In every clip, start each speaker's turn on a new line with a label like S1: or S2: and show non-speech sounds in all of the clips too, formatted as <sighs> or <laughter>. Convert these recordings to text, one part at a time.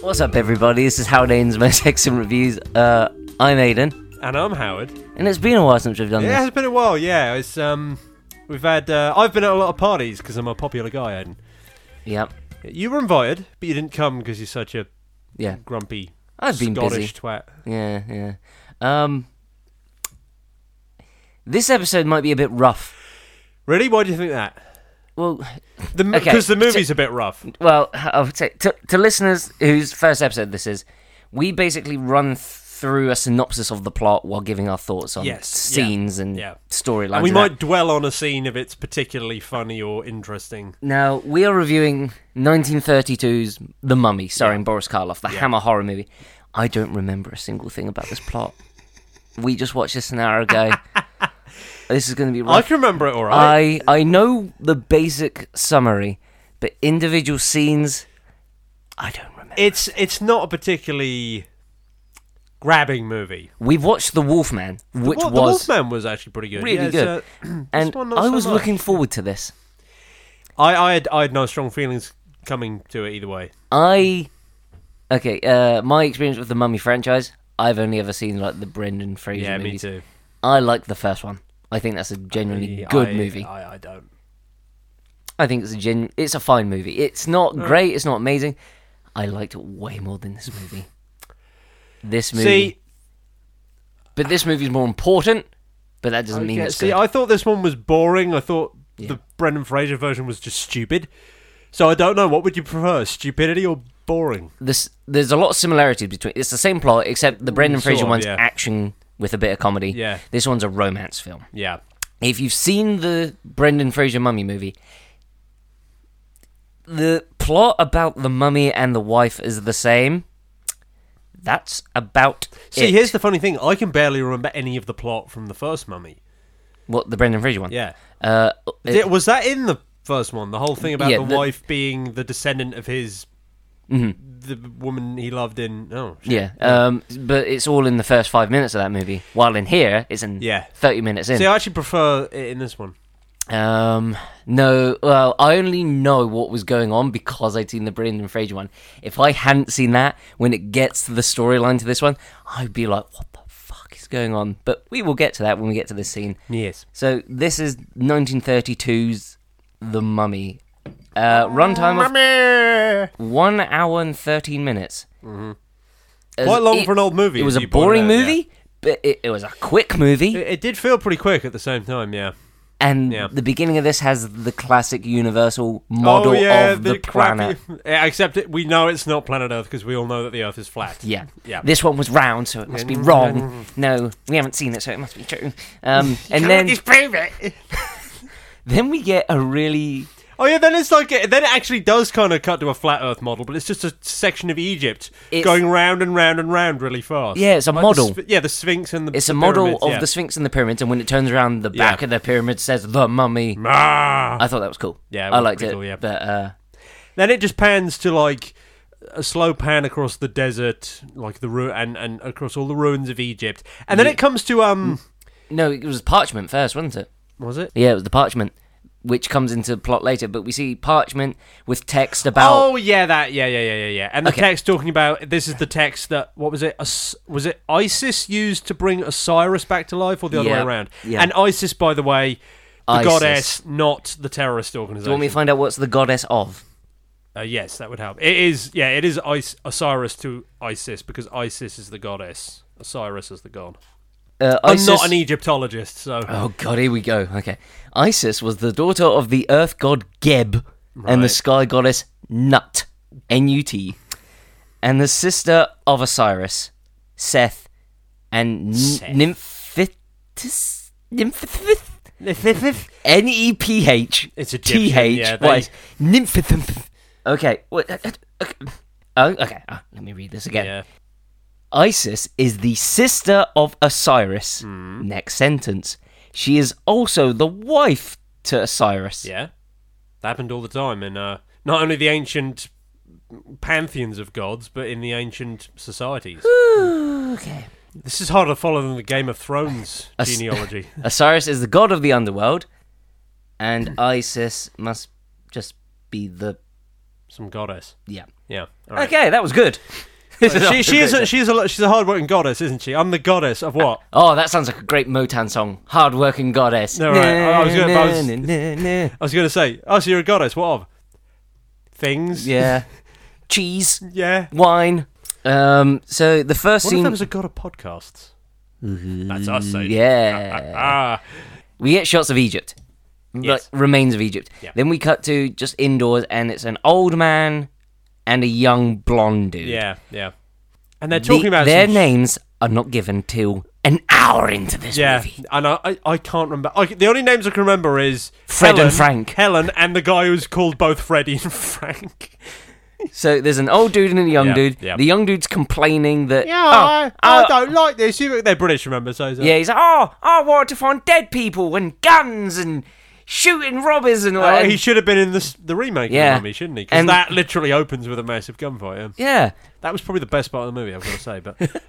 S1: What's up, everybody? This is Howdane's Most <laughs> Excellent Reviews. Uh, I'm Aiden,
S2: And I'm Howard.
S1: and it's been a while since we've done
S2: It
S1: this.
S2: has been a while, yeah. It's um, we've had. Uh, I've been at a lot of parties because I'm a popular guy, Aiden.
S1: Yep.
S2: You were invited, but you didn't come because you're such a
S1: Yeah.
S2: grumpy
S1: I've been busy.
S2: Scottish twat.
S1: Yeah, yeah. Um, this episode might be a bit rough.
S2: Really? Why do you think that?
S1: Well,
S2: The
S1: Okay,
S2: because the movie's a bit rough.
S1: well, I would say to, to listeners whose first episode this is, we basically run th- through a synopsis of the plot while giving our thoughts on
S2: Yes, yeah,
S1: scenes and
S2: yeah.
S1: storylines.
S2: And we
S1: and that.
S2: might dwell on a scene if it's particularly funny or interesting.
S1: Now, we are reviewing 1932's The Mummy, starring Boris Karloff, the Hammer horror movie. I don't remember a single thing about this plot. We just watched this an hour
S2: <laughs>
S1: ago. this is going to be
S2: I
S1: rough.
S2: can remember it all
S1: I,
S2: right.
S1: I know the basic summary, but individual scenes, I don't remember.
S2: it's it's not a particularly grabbing movie.
S1: We've watched The Wolfman, which
S2: Well,
S1: was
S2: the Wolfman was actually pretty good.
S1: really
S2: Yeah, it's,
S1: good.
S2: uh,
S1: and
S2: one not
S1: I
S2: so <clears throat>
S1: was
S2: much.
S1: looking forward to this.
S2: I, I had I had no strong feelings coming to it either way.
S1: I okay. Uh, my experience with the Mummy franchise, I've only ever seen like the Brendan Fraser
S2: Yeah, me
S1: movies.
S2: too.
S1: I like the first one. I think that's a genuinely
S2: Yeah,
S1: good
S2: I-
S1: movie. I,
S2: I, I don't.
S1: think it's a gen. It's a fine movie. It's not
S2: Uh.
S1: great. It's not amazing. I liked it way more than this movie. This movie,
S2: See,
S1: but this movie is more important. But that doesn't mean
S2: yeah,
S1: it's
S2: see,
S1: good.
S2: I thought this one was boring. I thought the Brendan Fraser version was just stupid. So I don't know. What would you prefer, stupidity or boring?
S1: this there's a lot of similarities between. It's the same plot except the Brendan
S2: Mm, sort
S1: Fraser
S2: of,
S1: one's
S2: yeah.
S1: action with a bit of comedy.
S2: Yeah.
S1: this one's a romance film.
S2: Yeah,
S1: if you've seen the Brendan Fraser mummy movie, the plot about the mummy and the wife is the same. That's about
S2: See,
S1: it.
S2: here's the funny thing. I can barely remember any of the plot from the first Mummy.
S1: what the Brendan Fraser one.
S2: Yeah.
S1: Uh, it-
S2: Did- was that in the first one? The whole thing about
S1: Yeah,
S2: the,
S1: the-
S2: wife being the descendant of his. The woman he loved in. Oh, shit.
S1: Mm-hmm. yeah. Um, but it's all in the first five minutes of that movie. While in here, it's in
S2: Yeah.
S1: thirty minutes in.
S2: See, I actually prefer it in this one.
S1: Um, no, well, I only know what was going on because I'd seen the Brendan Fraser one. If I hadn't seen that, when it gets to the storyline to this one, I'd be like, what the fuck is going on? But we will get to that when we get to this scene.
S2: Yes.
S1: So this is 1932's The Mummy. Uh, runtime of
S2: Mummy!
S1: 1 hour and 13 minutes. Mm-hmm.
S2: Quite long for an old movie.
S1: It was a
S2: as you pointed
S1: boring
S2: out, yeah.
S1: movie, but it, it was a quick movie.
S2: It, it did feel pretty quick at the same time, yeah.
S1: And
S2: Yeah.
S1: the beginning of this has the classic Universal model
S2: oh yeah,
S1: of the,
S2: crappy-
S1: planet.
S2: <laughs> Yeah, except it, we know it's not planet Earth because we all know that the Earth is flat.
S1: Yeah.
S2: Yeah. Mm-hmm.
S1: This one was round, so it must be wrong. No, we haven't seen it, so it must be true. Um,
S2: <laughs>
S1: and
S2: Can't
S1: then,
S2: disprove it.
S1: then we get a really
S2: Oh yeah, then it's like then it actually does kind of cut to a flat Earth model, but it's just a section of Egypt
S1: It's-
S2: going round and round and round really fast.
S1: Yeah, it's a
S2: Like the
S1: model.
S2: Sph- yeah, the Sphinx and the.
S1: it's
S2: the
S1: a model
S2: pyramids,
S1: of
S2: yeah.
S1: the Sphinx and the pyramids, and when it turns around, the back
S2: Yeah.
S1: of the pyramid says the mummy.
S2: Ah.
S1: I thought that was cool.
S2: Yeah, it
S1: I
S2: was
S1: liked
S2: pretty
S1: it.
S2: cool, yeah.
S1: But uh,
S2: Then it just pans to like a slow pan across the desert, like the ru- and and across all the ruins of Egypt, and then it comes to um,
S1: Mm. no, it was parchment first, wasn't it?
S2: was it?
S1: Yeah, it was the parchment, which comes into plot later. But we see parchment with text about
S2: Oh yeah, that yeah yeah yeah yeah yeah. And the text talking about this is the text that what was it? Os- was it Isis used to bring Osiris back to life, or the other
S1: Yeah,
S2: way around?
S1: yeah.
S2: And Isis, by the way, the
S1: Isis.
S2: goddess, not the terrorist
S1: Do you
S2: organization.
S1: want me to find out what's the goddess of?
S2: uh, yes, that would help. It is yeah, it is Is- Osiris to Isis because Isis is the goddess, Osiris is the god.
S1: Uh,
S2: I'm not an e- Egyptologist, so
S1: Oh god, here we go. Okay. Isis was the daughter of the earth god Geb and the
S2: Right.
S1: sky goddess Nut, N U T, and the sister of Osiris, Seth, and
S2: Seth.
S1: Nymphitis. Nymphith. N E P H
S2: It's Egyptian,
S1: T
S2: yeah,
S1: H
S2: they-
S1: Y Nymphith. Okay. What? okay. Oh, okay. Oh, let me read this again.
S2: yeah.
S1: Isis is the sister of Osiris.
S2: Hmm.
S1: Next sentence. She is also the wife to Osiris.
S2: Yeah. That happened all the time in uh, not only the ancient pantheons of gods, but in the ancient societies.
S1: Okay.
S2: This is harder to follow than the Game of
S1: <laughs>
S2: Thrones
S1: s-
S2: genealogy.
S1: Osiris is the god of the underworld, and Isis must just be the
S2: some goddess.
S1: Yeah.
S2: Yeah. all right.
S1: Okay, that was good.
S2: <laughs> She, she is a, she's a she's a hardworking goddess, isn't she? I'm the goddess of what?
S1: Oh, that sounds like a great Motown song. Hard working goddess.
S2: No, right. I- I was gonna- I was-
S1: was...
S2: I was going to say. Oh, so you're a goddess. What of? Things.
S1: Yeah. Cheese.
S2: Yeah.
S1: Wine. Um, so the first
S2: What if
S1: scene.
S2: there was a god of podcasts? That's us. Saying.
S1: Mm-hmm. yeah.
S2: Ah,
S1: we get shots of Egypt,
S2: Yes.
S1: like remains of Egypt.
S2: Yeah.
S1: Then we cut to just indoors, and it's an old man and a young blonde dude.
S2: yeah, yeah. And they're
S1: The-
S2: talking about
S1: their
S2: some sh-
S1: names are not given till an hour into this
S2: Yeah,
S1: movie.
S2: and I, I, I can't remember. I, the only names I can remember is
S1: Fred and
S2: Helen-
S1: Frank.
S2: Helen and the guy who's called both Freddy and <laughs> Frank.
S1: So there's an old dude and a young
S2: Yeah,
S1: dude.
S2: yeah.
S1: The young dude's complaining that
S2: Yeah,
S1: oh,
S2: I, I
S1: oh,
S2: don't like this. You- They're British, remember? So, so.
S1: yeah, he's like, oh, I wanted to find dead people and guns and shooting robbers and
S2: Oh,
S1: like,
S2: he should have been in this, the remake
S1: Yeah.
S2: of the movie, shouldn't he? Because
S1: And-
S2: that literally opens with a massive gunfight. Yeah.
S1: yeah.
S2: That was probably the best part of the movie, I've got to say. But <laughs>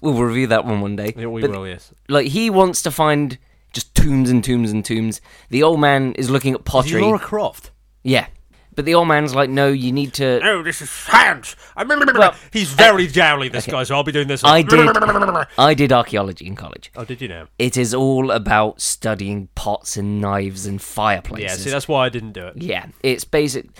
S1: We'll review that one one day.
S2: yeah, we
S1: But
S2: will, yes.
S1: like he wants to find just tombs and tombs and tombs. The old man is looking at pottery.
S2: Laura Croft.
S1: Yeah. But the old man's like, no, you need to.
S2: No, this is science. I remember.
S1: Well,
S2: He's very jowly, this guy. So I'll be doing this.
S1: I did. I did archaeology in college.
S2: Oh, did you know?
S1: It is all about studying pots and knives and
S2: Yeah.
S1: fireplaces.
S2: See, that's why I didn't do it.
S1: Yeah, it's basic. Okay,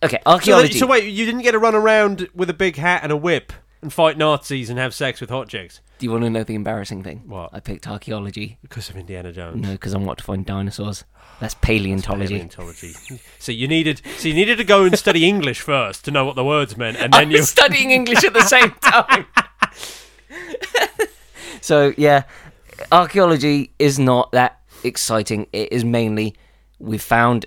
S2: So, then-
S1: archaeology.
S2: so wait, you didn't get to run around with a big hat and a whip and fight Nazis and have sex with hot chicks
S1: Do you want to know the embarrassing thing?
S2: What?
S1: I picked archaeology.
S2: because of Indiana Jones.
S1: No, because I want to find dinosaurs. That's paleontology.
S2: Paleontology. so you needed, so you needed to go and study English first to know what the words meant, and
S1: I
S2: then you.
S1: was <laughs> studying English at the same time. <laughs> so yeah, archaeology is not that exciting. It is mainly we found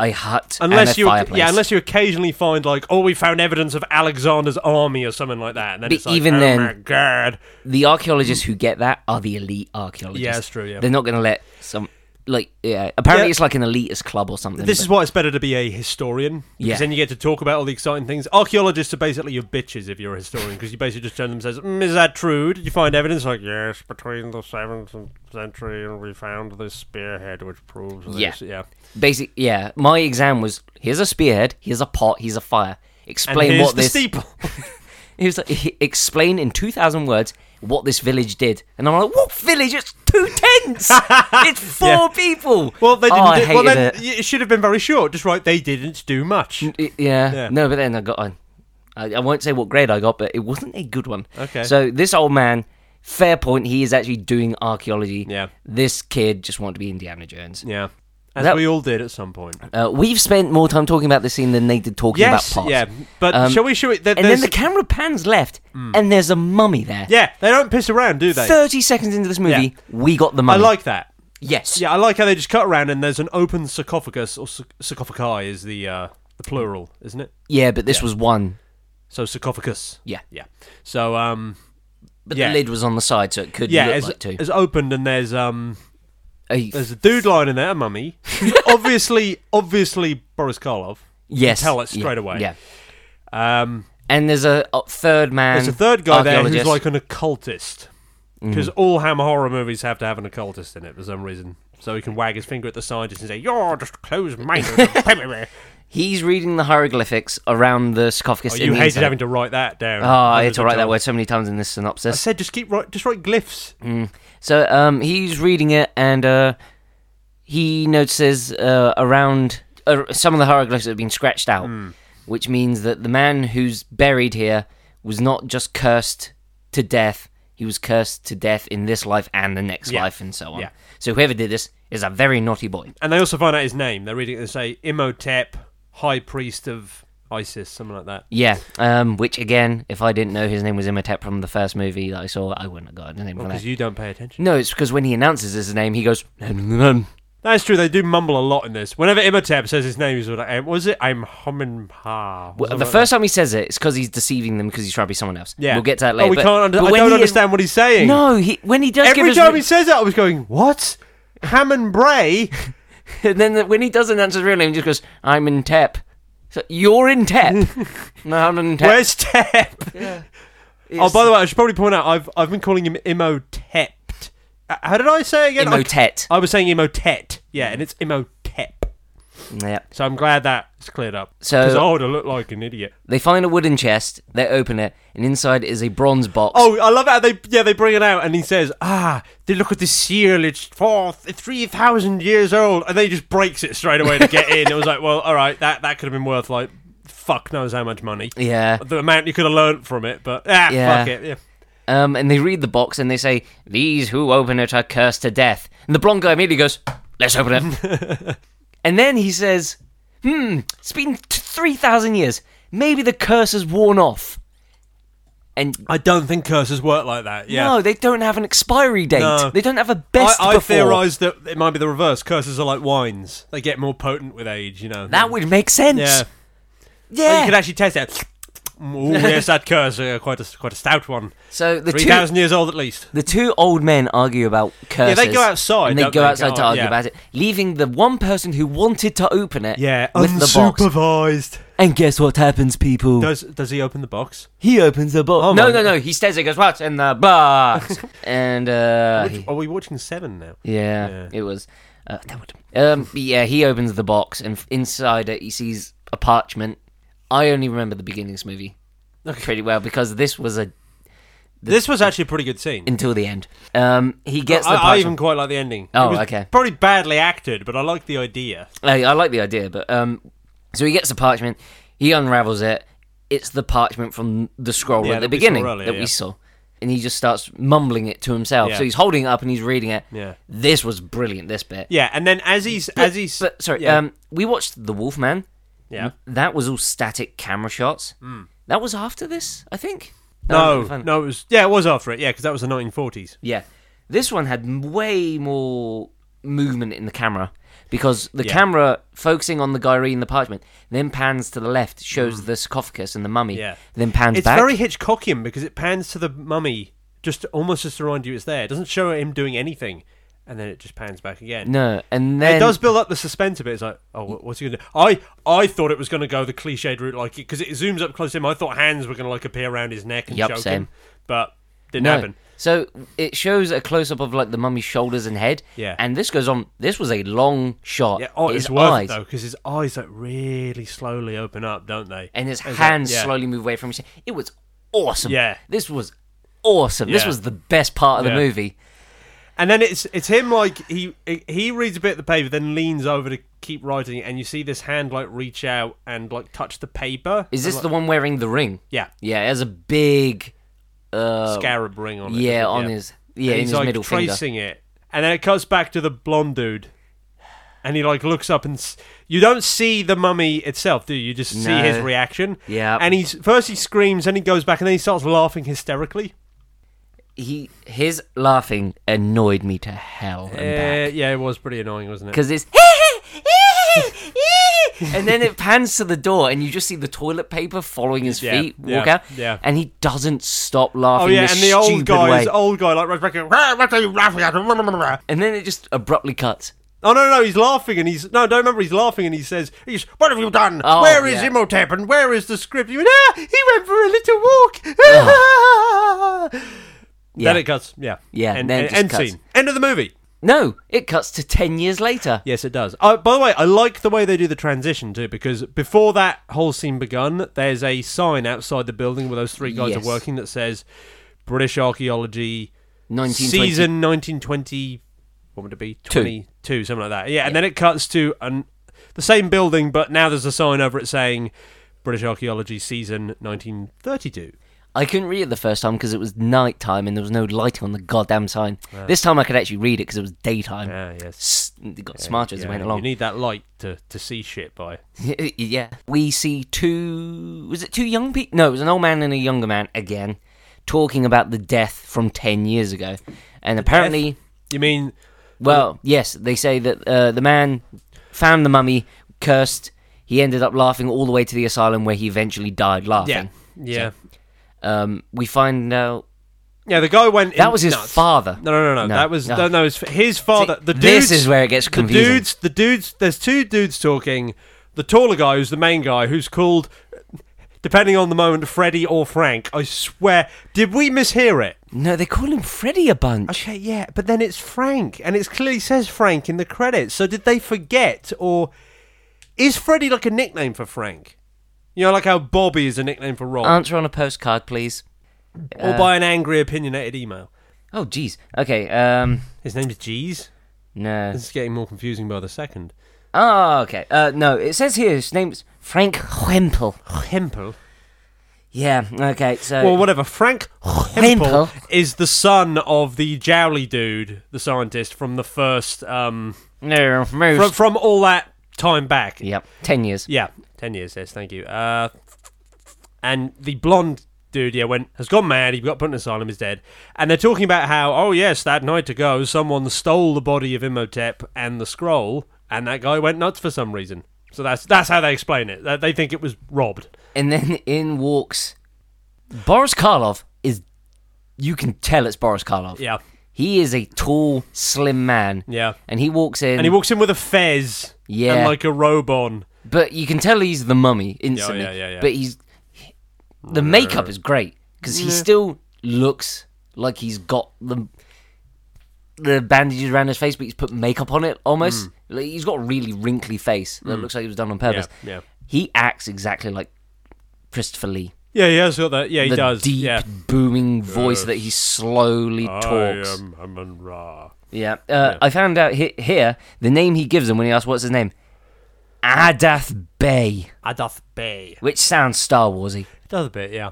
S1: a hut and
S2: Unless
S1: a
S2: you,
S1: fireplace.
S2: yeah, unless you occasionally find like, oh, we found evidence of Alexander's army or something like that, and then
S1: But
S2: it's like,
S1: even
S2: oh
S1: then-
S2: my god,
S1: the archaeologists who get that are the elite archaeologists.
S2: Yeah, that's true, yeah.
S1: they're not going to let some like yeah. Apparently,
S2: Yeah.
S1: it's like an elitist club or something.
S2: This
S1: but-
S2: is why it's better to be a historian. Because
S1: Yeah.
S2: then you get to talk about all the exciting things. Archaeologists are basically your bitches if you're a historian, because you basically just turn them and says, mm, "Is that true? Did you find evidence?" Like, yes, between the seventh and century, and we found this spearhead, which proves this.
S1: Yeah.
S2: yeah.
S1: basic. Yeah, my exam was here's a spearhead, here's a pot, here's a fire.
S2: And
S1: Explain
S2: here's
S1: what
S2: the
S1: this. <laughs>
S2: steeple. <laughs>
S1: He was like, he explain in 2,000 words what this village did. And I'm like, what village? It's two
S2: <laughs>
S1: tents! it's four
S2: Yeah.
S1: people!
S2: well, they
S1: Oh,
S2: didn't.
S1: I
S2: do,
S1: hated
S2: well, then
S1: it.
S2: y- it should have been very short. Just right, they didn't do much.
S1: Y- Yeah.
S2: Yeah.
S1: No, but then I got on. I, I won't say what grade I got, but it wasn't a good one.
S2: Okay.
S1: So this old man, fair point, he is actually doing archaeology.
S2: Yeah.
S1: This kid just wanted to be Indiana Jones.
S2: Yeah, as
S1: That-
S2: we all did at some point.
S1: Uh, we've spent more time talking about this scene than they did talking
S2: Yes,
S1: about parts.
S2: yeah. But
S1: Um,
S2: shall we show it? There,
S1: And then
S2: there's- Mm.
S1: the camera pans left, and there's a mummy there.
S2: yeah, they don't piss around, do they?
S1: 30 seconds into this movie, we got the
S2: I
S1: mummy.
S2: like that.
S1: Yes.
S2: Yeah, I like how they just cut around and there's an open sarcophagus or sarc- sarcophagi is the uh, the plural, isn't it?
S1: Yeah, but this was one.
S2: So sarcophagus.
S1: Yeah.
S2: Yeah. So um
S1: But
S2: Yeah.
S1: the lid was on the side, so it could
S2: yeah,
S1: look
S2: it's,
S1: like two.
S2: it's opened and there's um
S1: A-
S2: there's a dude lying in there,
S1: <laughs>
S2: a mummy. obviously, obviously Boris Karloff.
S1: yes,
S2: tell it
S1: yeah,
S2: straight away.
S1: Yeah,
S2: Um,
S1: and there's a uh, third man.
S2: there's a third guy there who's
S1: archaeologist. Mm.
S2: like an occultist. Because all Hammer horror movies have to have an occultist in it for some reason. So he can wag his finger at the scientist and say, You're just
S1: <laughs>
S2: closed minded.
S1: he's reading the hieroglyphics around the sarcophagus. in
S2: Oh, you
S1: the
S2: hated
S1: inside.
S2: having to write that down.
S1: Oh, I had
S2: Hundreds
S1: to
S2: of
S1: write that
S2: times.
S1: word so many times in this
S2: I
S1: synopsis.
S2: said just keep write, just write glyphs.
S1: Mm. So um, he's reading it, and uh, he notices uh, around uh, some of the hieroglyphs have been scratched out,
S2: Hmm.
S1: which means that the man who's buried here was not just cursed to death; he was cursed to death in this life and the next
S2: Yeah.
S1: life, and so on.
S2: Yeah.
S1: So whoever did this is a very naughty boy.
S2: And they also find out his name. They're reading it. They say Imhotep, High Priest of ISIS, something like that.
S1: Yeah, um, which again, if I didn't know his name was Imhotep from the first movie that I saw, I wouldn't have got his name from
S2: Because
S1: that.
S2: you don't pay attention.
S1: No, it's because when he announces his name, he goes. "Nom-nom-nom."
S2: That's true. They do mumble a lot in this. Whenever Imhotep says his name, he's like, "Em- "What was it? I'm Hominha."
S1: Well, the first time he says it, it's because he's deceiving them because he's trying to be someone else.
S2: yeah,
S1: we'll get to that
S2: Oh,
S1: later.
S2: we
S1: but-
S2: can't. Under-
S1: but
S2: I
S1: when
S2: don't
S1: he-
S2: understand what he's saying.
S1: No, he when he does
S2: Every
S1: give
S2: time he
S1: his,
S2: says it, I was going, "What? Hammond
S1: <laughs>
S2: Bray?
S1: and <laughs> then when he doesn't answer his real name, he just goes, "I'm in Tep." So, You're in Tep.
S2: <laughs>
S1: no, I'm in Tep.
S2: Where's Tep?" Oh,
S1: It's
S2: by the way, I should probably point out I've I've been calling him Imhotep. Uh, How did I say it again? I-
S1: Imhotep.
S2: I was saying Imhotep. Yeah, and it's Imhotep.
S1: Yep.
S2: So I'm glad that's cleared up.
S1: So-
S2: because I would have looked like an idiot.
S1: They find a wooden chest, they open it, and inside is a bronze box.
S2: Oh, I love how they yeah they bring it out and he says ah they look at the seal it's four three thousand years old and then he just breaks it straight away to get in. It was like well all right that that could have been worth like fuck knows how much money.
S1: <laughs> Yeah.
S2: The amount you could have learnt from it, but ah
S1: Yeah.
S2: fuck it yeah.
S1: Um, and they read the box and they say, These who open it are cursed to death. And the blonde guy immediately goes, Let's open it.
S2: <laughs>
S1: and then he says, Hmm, it's been t- 3,000 years. Maybe the curse has worn off. And
S2: I don't think curses work like that. Yeah.
S1: no, they don't have an expiry date.
S2: No.
S1: They don't have a
S2: I,
S1: best
S2: I
S1: before.
S2: theorise that it might be the reverse. Curses are like wines; they get more potent with age. You know
S1: that would make sense.
S2: yeah.
S1: Yeah.
S2: you could actually taste that.
S1: <laughs>
S2: Oh yes, that curse uh, quite a quite a stout one.
S1: so the
S2: Three
S1: two,
S2: thousand years old at least.
S1: the two old men argue about curses.
S2: they go outside,
S1: And they
S2: don't
S1: go
S2: they?
S1: outside to
S2: Oh,
S1: argue
S2: yeah.
S1: about it, leaving the one person who wanted to open it
S2: Yeah,
S1: with the box.
S2: unsupervised.
S1: And guess what happens, people?
S2: Does does he open the box?
S1: He opens the box.
S2: Oh
S1: no,
S2: my
S1: no,
S2: God.
S1: no. He stares. He goes, "What's in the <laughs> box?" and uh, he-
S2: Are we watching Seven now?
S1: yeah,
S2: Yeah.
S1: it was. Uh, that would. Um, but yeah, he opens the box, and f- inside it, he sees a parchment. I only remember the beginning of this movie pretty well because this was a
S2: This was actually a pretty good scene.
S1: until the end. Um, he gets
S2: I,
S1: the
S2: I
S1: parchment.
S2: even quite like the ending.
S1: Oh,
S2: it was
S1: okay.
S2: Probably badly acted, but I like the idea.
S1: I, I like the idea, but um, so he gets the parchment, he unravels it. It's the parchment from the scroll
S2: Yeah,
S1: at the
S2: that we saw
S1: beginning
S2: earlier,
S1: that
S2: yeah.
S1: we saw, and he just starts mumbling it to himself.
S2: Yeah.
S1: So he's holding it up and he's reading it.
S2: Yeah.
S1: This was brilliant. This bit.
S2: Yeah, and then as he's as he's
S1: But sorry,
S2: yeah,
S1: um, we watched The Wolfman.
S2: yeah. Hmm.
S1: That was all static camera shots. That was after this, I think.
S2: No,
S1: Um, if I'm-
S2: no, it was yeah, it was after it, yeah, because that was the 1940s.
S1: Yeah, this one had m- way more movement in the camera because the
S2: Yeah.
S1: camera focusing on the guy reading the parchment, then pans to the left, shows the sarcophagus and the mummy.
S2: Mm. Yeah.
S1: then pans
S2: It's
S1: back.
S2: very Hitchcockian because it pans to the mummy just to, almost just to remind you it's there. It doesn't show him doing anything, and then it just pans back again.
S1: No, and then
S2: it does build up the suspense a bit. It's like, oh, wh- what's he gonna do? I I thought it was gonna go the cliched route, like because it zooms up close to him. I thought hands were gonna like appear around his neck and
S1: Yup,
S2: choke
S1: same.
S2: him, but didn't
S1: no.
S2: happen.
S1: So it shows a close up of like the mummy's shoulders and head.
S2: Yeah.
S1: and this goes on. This was a long shot.
S2: Yeah, oh,
S1: his
S2: it's worth
S1: eyes
S2: it though because his eyes like really slowly open up, don't they?
S1: and his
S2: It's like-
S1: hands
S2: yeah.
S1: slowly move away from his. It was awesome.
S2: Yeah.
S1: this was awesome. This
S2: Yeah.
S1: was the best part of
S2: Yeah.
S1: the movie.
S2: And then it's it's him like he he reads a bit of the paper, then leans over to keep writing, and you see this hand like reach out and like touch the paper.
S1: Is this the one wearing the ring?
S2: yeah
S1: Yeah, it has a big uh
S2: scarab ring on it?
S1: Yeah,
S2: doesn't it?
S1: on his yeah,
S2: And
S1: in
S2: he's
S1: his
S2: like
S1: middle finger.
S2: tracing it, and then it cuts back to the blonde dude, and he like looks up and s- you don't see the mummy itself, do you? You just see
S1: No.
S2: his reaction.
S1: Yeah.
S2: and he's first he screams, then he goes back, and then he starts laughing hysterically.
S1: He his laughing annoyed me to hell and back.
S2: Uh, yeah, it was pretty annoying, wasn't it?
S1: Because it's <laughs> and then it pans to the door and you just see the toilet paper following his
S2: Yeah,
S1: feet walk
S2: yeah,
S1: out.
S2: yeah.
S1: And he doesn't stop laughing.
S2: Oh yeah,
S1: this
S2: and the old
S1: stupid
S2: guy,
S1: way.
S2: his old guy, like runs back and, "Rah, what are you laughing at? Rah, rah, rah."
S1: And then it just abruptly cuts.
S2: Oh no, no, he's laughing and he's no, don't remember he's laughing and he says, he's, "What have you done?
S1: Oh,
S2: where is
S1: yeah.
S2: Imhotep and where is the script?" You went, ah, he went for a little walk.
S1: Yeah.
S2: <laughs> Then it cuts. Yeah,
S1: Yeah,
S2: End,
S1: then it
S2: end,
S1: just
S2: end
S1: cuts.
S2: scene. End of the movie.
S1: No, it cuts to ten years later.
S2: Yes, it does. Uh, by the way, I like the way they do the transition too, because before that whole scene begun, there's a sign outside the building where those three guys
S1: Yes.
S2: are working that says British Archaeology
S1: 1920.
S2: season 1920 what would it be 22 something like that yeah, and then it cuts to an the same building but now there's a sign over it saying british archaeology season 1932
S1: I couldn't read it the first time because it was night time and there was no lighting on the goddamn sign. This time I could actually read it because it was daytime.
S2: ah
S1: S-
S2: yes
S1: It got smarter as it
S2: Yeah,
S1: went
S2: you
S1: along.
S2: need that light to, to see shit by
S1: <laughs> yeah. We see two. Was it two young people? No, it was an old man and a younger man again talking about the death from 10 years ago. And apparently,
S2: you mean
S1: well, yes, they say that uh, the man found the mummy, cursed. He ended up laughing all the way to the asylum where he eventually died
S2: yeah
S1: laughing.
S2: yeah
S1: Um, we find out
S2: yeah the guy went
S1: that was his
S2: nuts.
S1: father.
S2: no, no, no, no,
S1: No,
S2: That was
S1: no.
S2: no, no. It's his father. the dude.
S1: this is where it gets
S2: the
S1: confusing.
S2: dudes the dudes there's two dudes talking the taller guy who's the main guy who's called depending on the moment freddy or frank i swear did we mishear it
S1: No, they call him Freddy a bunch.
S2: okay yeah but then it's frank and it clearly says frank in the credits so did they forget or Is Freddy like a nickname for Frank? You know, like how Bobby is a nickname for Rob,
S1: Answer on a postcard, please.
S2: or by an angry, opinionated email.
S1: Oh, jeez. Okay. Um,
S2: His name is Jeez.
S1: no.
S2: This is getting more confusing by the second.
S1: Oh, okay. Uh, no, it says here his name's Frank Wemple.
S2: Hempel.
S1: Yeah. Okay. So.
S2: Well, whatever. Frank Hempel
S1: Uh, Hempel.
S2: is the son of the Jowly dude, the scientist from the first, um,
S1: no, most.
S2: from, from all that time back.
S1: Yep. Ten years.
S2: Yeah, ten years. Yes, thank you. Uh, and the blonde dude, yeah, went has gone mad. He got put in asylum. Is dead. And they're talking about how, oh yes, that night ago, someone stole the body of Imhotep and the scroll, and that guy went nuts for some reason. So that's that's how they explain it. That They think it was robbed.
S1: And then in walks Boris Karloff. Is you can tell it's Boris Karloff.
S2: Yeah,
S1: He is a tall, slim man.
S2: yeah.
S1: And he walks in.
S2: And he walks in with a fez and
S1: Yeah.
S2: like a robe on.
S1: But you can tell he's the mummy instantly.
S2: yeah, yeah, yeah.
S1: But he's the makeup is great because he still looks like he's got the the bandages around his face, but he's put makeup on it
S2: Mm.
S1: almost. Like, he's got a really wrinkly face that looks like it was done on purpose.
S2: yeah.
S1: He acts exactly like Christopher Lee.
S2: Yeah, he has got that. Yeah, he
S1: the
S2: does.
S1: deep,
S2: yeah. Oh,
S1: booming voice that he slowly talks.
S2: um, Amun Ra.
S1: Yeah. Uh, I found out he- here the name he gives him when he asks what's his name, Adath Bey,
S2: Adath Bay.
S1: which sounds Star Warsy.
S2: Does a bit, yeah.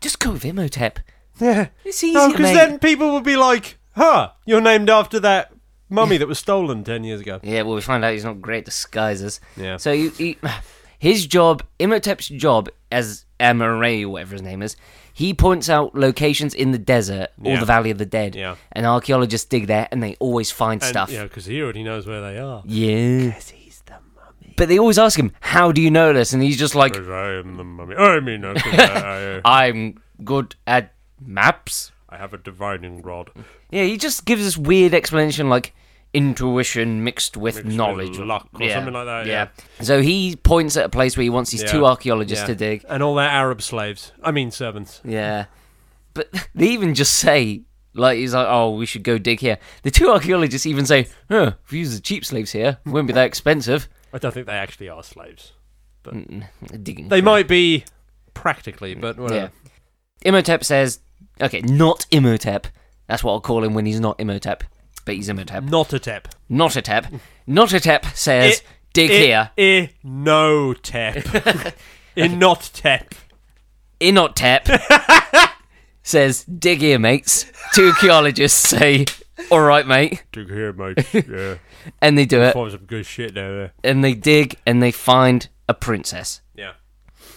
S1: Just go with Imhotep.
S2: Yeah.
S1: It's easier,
S2: No, because
S1: mate.
S2: then people would be like, huh, you're named after that mummy that was stolen 10 years ago.
S1: Yeah, well, we find out he's not great at disguises.
S2: Yeah.
S1: So he, he, his job, Imhotep's job as Amaray, whatever his name is, he points out locations in the desert or
S2: Yeah.
S1: the Valley of the Dead.
S2: Yeah.
S1: And archaeologists dig there, and they always find stuff.
S2: Yeah, because he already knows where they are.
S1: Yeah. But they always ask him, "How do you know this?" And he's just like,
S2: I am the mummy. I mean, I, I, uh,
S1: "I'm good at maps."
S2: have a divining rod.
S1: Yeah, he just gives this weird explanation like intuition mixed with knowledge
S2: luck or something like that,
S1: So he points at a place where he wants these two archaeologists to dig.
S2: And all their Arab slaves. I mean, servants.
S1: Yeah. But <laughs> they even just say, like, he's like, oh, we should go dig here. The two archaeologists even say, huh, if we use the cheap slaves here, it won't be that expensive.
S2: I don't think they actually are slaves.
S1: Digging.
S2: They might be practically, but whatever.
S1: yeah. Imhotep says, okay, not Imhotep. That's what I'll call him when he's not Imhotep. But he's Imhotep.
S2: Not a tep.
S1: Not a tep. Not a tep says,
S2: It-
S1: dig here.
S2: I, no <laughs> tep. in not tep. <laughs>
S1: Inotep says, dig here, mates. Two archaeologists say, all right, mate.
S2: Dig here, <laughs> mate. Yeah.
S1: And they do it.
S2: Find some good shit down there.
S1: And they dig and they find a princess.
S2: Yeah.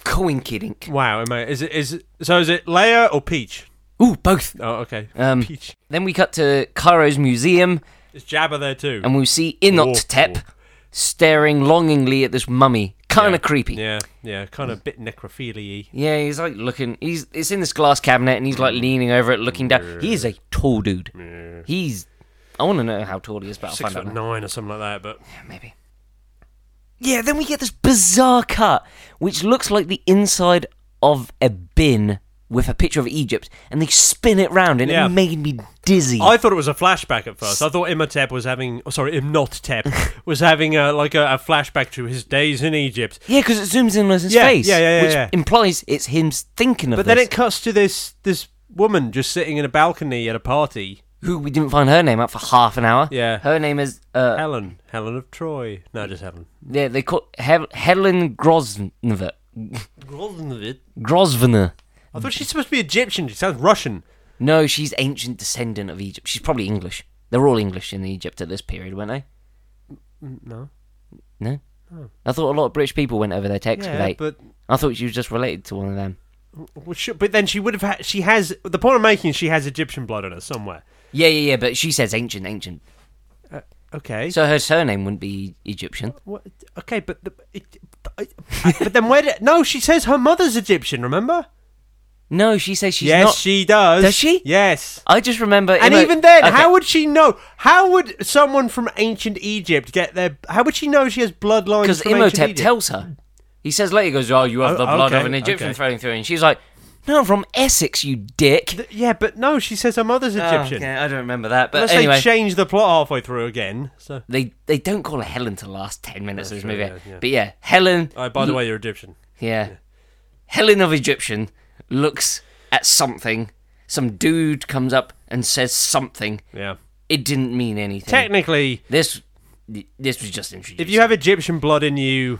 S1: Coinkydink.
S2: Wow, mate. Is it is it, so? Is it Leia or Peach?
S1: Ooh, both.
S2: Oh, okay.
S1: Um,
S2: Peach.
S1: Then we cut to Caro's museum
S2: Is Jabba there too?
S1: and we see Inotep
S2: Awful.
S1: staring longingly at this mummy. Kind of creepy. Yeah.
S2: yeah, yeah, kind of bit necrophilia.
S1: he's like looking. He's it's in this glass cabinet and he's like
S2: Mm.
S1: leaning over it, looking down. He is a tall dude. He's. I want to know how tall he is, but I'll
S2: Six
S1: find out.
S2: foot nine or something like that. But
S1: Maybe. Yeah, then we get this bizarre cut, which looks like the inside of a bin with a picture of Egypt, and they spin it round, and
S2: Yeah.
S1: it made me dizzy.
S2: I thought it was a flashback at first. I thought Imhotep was having, oh, sorry, <laughs> Imnotep was having a, like a, a flashback to his days in Egypt.
S1: yeah, because it zooms in on his
S2: Yeah,
S1: face,
S2: yeah, yeah, yeah,
S1: which
S2: yeah.
S1: implies it's him thinking of
S2: But then
S1: this,
S2: it cuts to this this woman just sitting in a balcony at a party.
S1: who we didn't find her name out for half an hour.
S2: Yeah.
S1: her name is uh,
S2: Helen, Helen of Troy. No, just Helen.
S1: yeah, they call Hel- Helen Grosvenor. Grosvenor.
S2: I thought she's supposed to be Egyptian. She sounds Russian.
S1: No, she's ancient descendant of Egypt. She's probably English. They're all English in Egypt at this period, weren't they?
S2: No.
S1: No. I thought a lot of British people went over there to excavate.
S2: but
S1: I thought she was just related to one of them.
S2: Well, sure, but then she would have. Ha- she has the point I'm making. is She has Egyptian blood in her somewhere.
S1: Yeah, yeah, yeah. But she says ancient, ancient.
S2: Okay.
S1: So her surname wouldn't be Egyptian.
S2: what, okay, but the, it, I- but then where? Did, no, she says her mother's Egyptian. Remember?
S1: No, she says she's
S2: yes,
S1: not.
S2: she does.
S1: Does she?
S2: Yes.
S1: I just remember.
S2: And
S1: Imo-
S2: even then,
S1: Okay.
S2: how would she know? How would someone from ancient Egypt get their? How would she know she has bloodlines?
S1: Because
S2: from ancient
S1: Imhotep
S2: Egypt?
S1: tells her. He says later, he goes, "Oh, you have
S2: Oh,
S1: the blood
S2: okay,
S1: of an Egyptian
S2: okay.
S1: flowing through," and she's like, No, I'm from Essex, you dick.
S2: Th- yeah, but no, she says her mother's
S1: Ah,
S2: Egyptian.
S1: okay, I don't remember that. But
S2: Unless
S1: Uh, anyway,
S2: they change the plot halfway through again. So,
S1: they they don't call her Helen to the last ten minutes of
S2: That's
S1: this
S2: true,
S1: movie.
S2: yeah, yeah.
S1: But yeah, Helen.
S2: oh, by the way, you're Egyptian.
S1: Yeah. Helen of Egyptian looks at something. Some dude comes up and says something.
S2: Yeah.
S1: It didn't mean anything.
S2: Technically,
S1: this this was just introduced.
S2: if you have Egyptian blood in you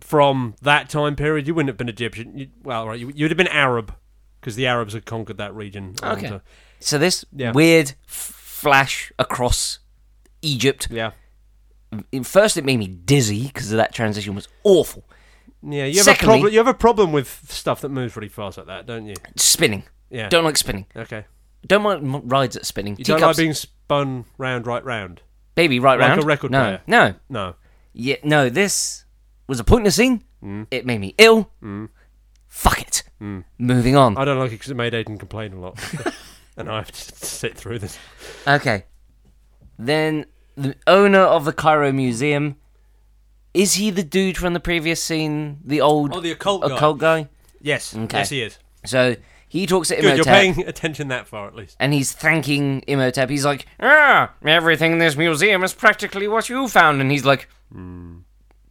S2: from that time period, you wouldn't have been Egyptian. You, well, right, you, you'd have been Arab because the Arabs had conquered that region. a long
S1: okay,
S2: time.
S1: so this
S2: Yeah.
S1: weird f- flash across Egypt.
S2: Yeah.
S1: At First, it made me dizzy because that transition was awful.
S2: Yeah, you have
S1: Secondly-
S2: a problem. You have a problem with stuff that moves really fast like that, don't you?
S1: Spinning.
S2: Yeah.
S1: Don't like spinning.
S2: okay.
S1: Don't like m- rides at spinning.
S2: You don't like
S1: Teacups,
S2: being spun round, right round.
S1: baby, right
S2: like
S1: round.
S2: a record
S1: no,
S2: player.
S1: no,
S2: No.
S1: Yeah, no, this was a pointless scene.
S2: Mm.
S1: It made me ill. Fuck it. Moving on.
S2: I don't like it because it made Aiden complain
S1: <laughs>
S2: a lot. and I have to sit through this.
S1: Okay. Then the owner of the Cairo Museum. Is he the dude from the previous scene? The old
S2: Oh, the occult guy.
S1: occult guy?
S2: Yes.
S1: Okay.
S2: Yes, he is.
S1: So he talks at
S2: Good, you're
S1: Imhotep
S2: paying attention that far at least.
S1: and he's thanking Imhotep. He's like, ah, everything in this museum is practically what you found. And he's like,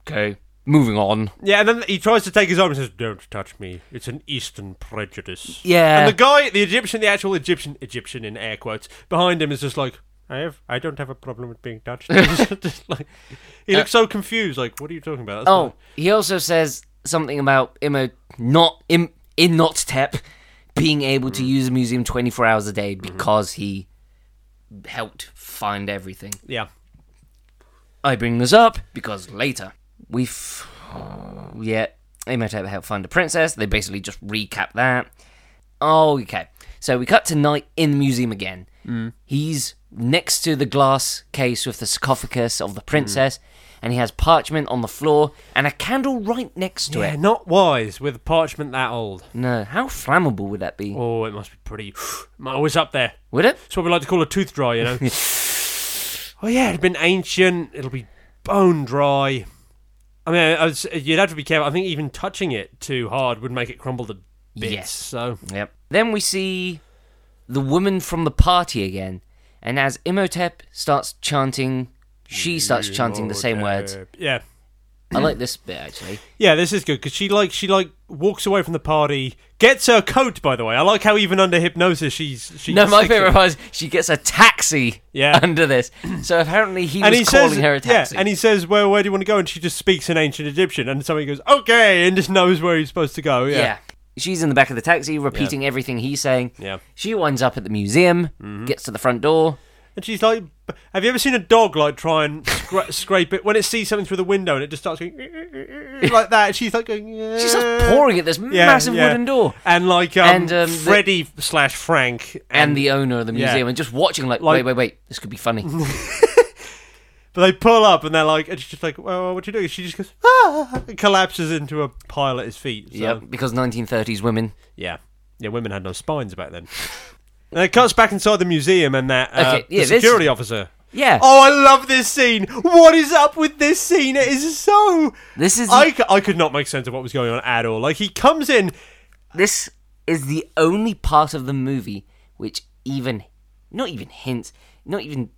S1: okay, moving on.
S2: Yeah, Mm. and then he tries to take his arm and says, "Don't touch me. It's an Eastern prejudice."
S1: Yeah.
S2: And the guy, the Egyptian, the actual Egyptian, Egyptian in air quotes, behind him is just like, "I have, I don't have a problem with being touched." <laughs> just like, he looks so confused. Like, what are you talking about? That's
S1: Oh, he also says something about Imo not Im, in not Tep being able to use a museum 24 hours a day because he helped find everything.
S2: not- yeah.
S1: I bring this up because later we've yeah Imhotep helped find a princess. They basically just recap that. Oh, okay. So we cut to Knight in the museum again. He's next to the glass case with the sarcophagus of the princess, and he has parchment on the floor and a candle right next to
S2: Yeah,
S1: it.
S2: not wise with parchment that old.
S1: No, how flammable would that be?
S2: Oh, it must be pretty. <sighs> Always up there.
S1: Would it?
S2: It's what we like to call a tooth dry,
S1: <laughs>
S2: you know. oh yeah, it'd been ancient. It'll be bone dry. I mean, I was, you'd have to be careful. I think even touching it too hard would make it crumble to bits.
S1: Yes.
S2: So
S1: Yep. Then we see the woman from the party again, and as Imhotep starts chanting, she starts chanting the same words.
S2: uh, Yeah,
S1: I like this bit
S2: <laughs>
S1: actually.
S2: yeah. This is good because she like she like walks away from the party, gets her coat. By the way, I like how even under hypnosis she's she.
S1: No, my
S2: sticks it.
S1: favorite part is she gets a taxi
S2: Yeah.
S1: <laughs> under this. So apparently he
S2: And
S1: was
S2: he
S1: calling
S2: says,
S1: her a taxi.
S2: yeah, and he says, "Where, where do you want to go?" And she just speaks in ancient Egyptian, and somebody goes, "Okay," and just knows where he's supposed to go.
S1: yeah. She's in the back of the taxi repeating everything he's saying.
S2: Yeah. Mm-hmm.
S1: She winds up at the museum, gets to the front door.
S2: And she's like, "Have you ever seen a dog like try and
S1: <laughs>
S2: scra- scrape it when it sees something through the window and it just starts going <laughs> like that?" And she's like, going,
S1: She's just
S2: "Yeah."
S1: pouring at this
S2: Yeah,
S1: massive
S2: yeah.
S1: wooden door.
S2: and like um,
S1: And, um, the-
S2: Freddie slash Frank,
S1: And the owner of the
S2: yeah.
S1: museum and just watching like, wait,
S2: Like-
S1: wait, wait, this could be
S2: <laughs>
S1: funny.
S2: but they pull up and they're like, and she's just like, "Well, what you doing?" She just goes, "Ah," and collapses into a pile at his feet. So,
S1: yep, because 1930s women.
S2: yeah, yeah. Women had no spines back then. <laughs> and it cuts back inside the museum and that uh,
S1: Okay, yeah,
S2: the
S1: this-
S2: security officer.
S1: Yeah.
S2: Oh, I love this scene. What is up with this scene? It is so.
S1: This is
S2: I, c- I could not make sense of what was going on at all. Like he comes in,
S1: this is the only part of the movie which even not even hints not even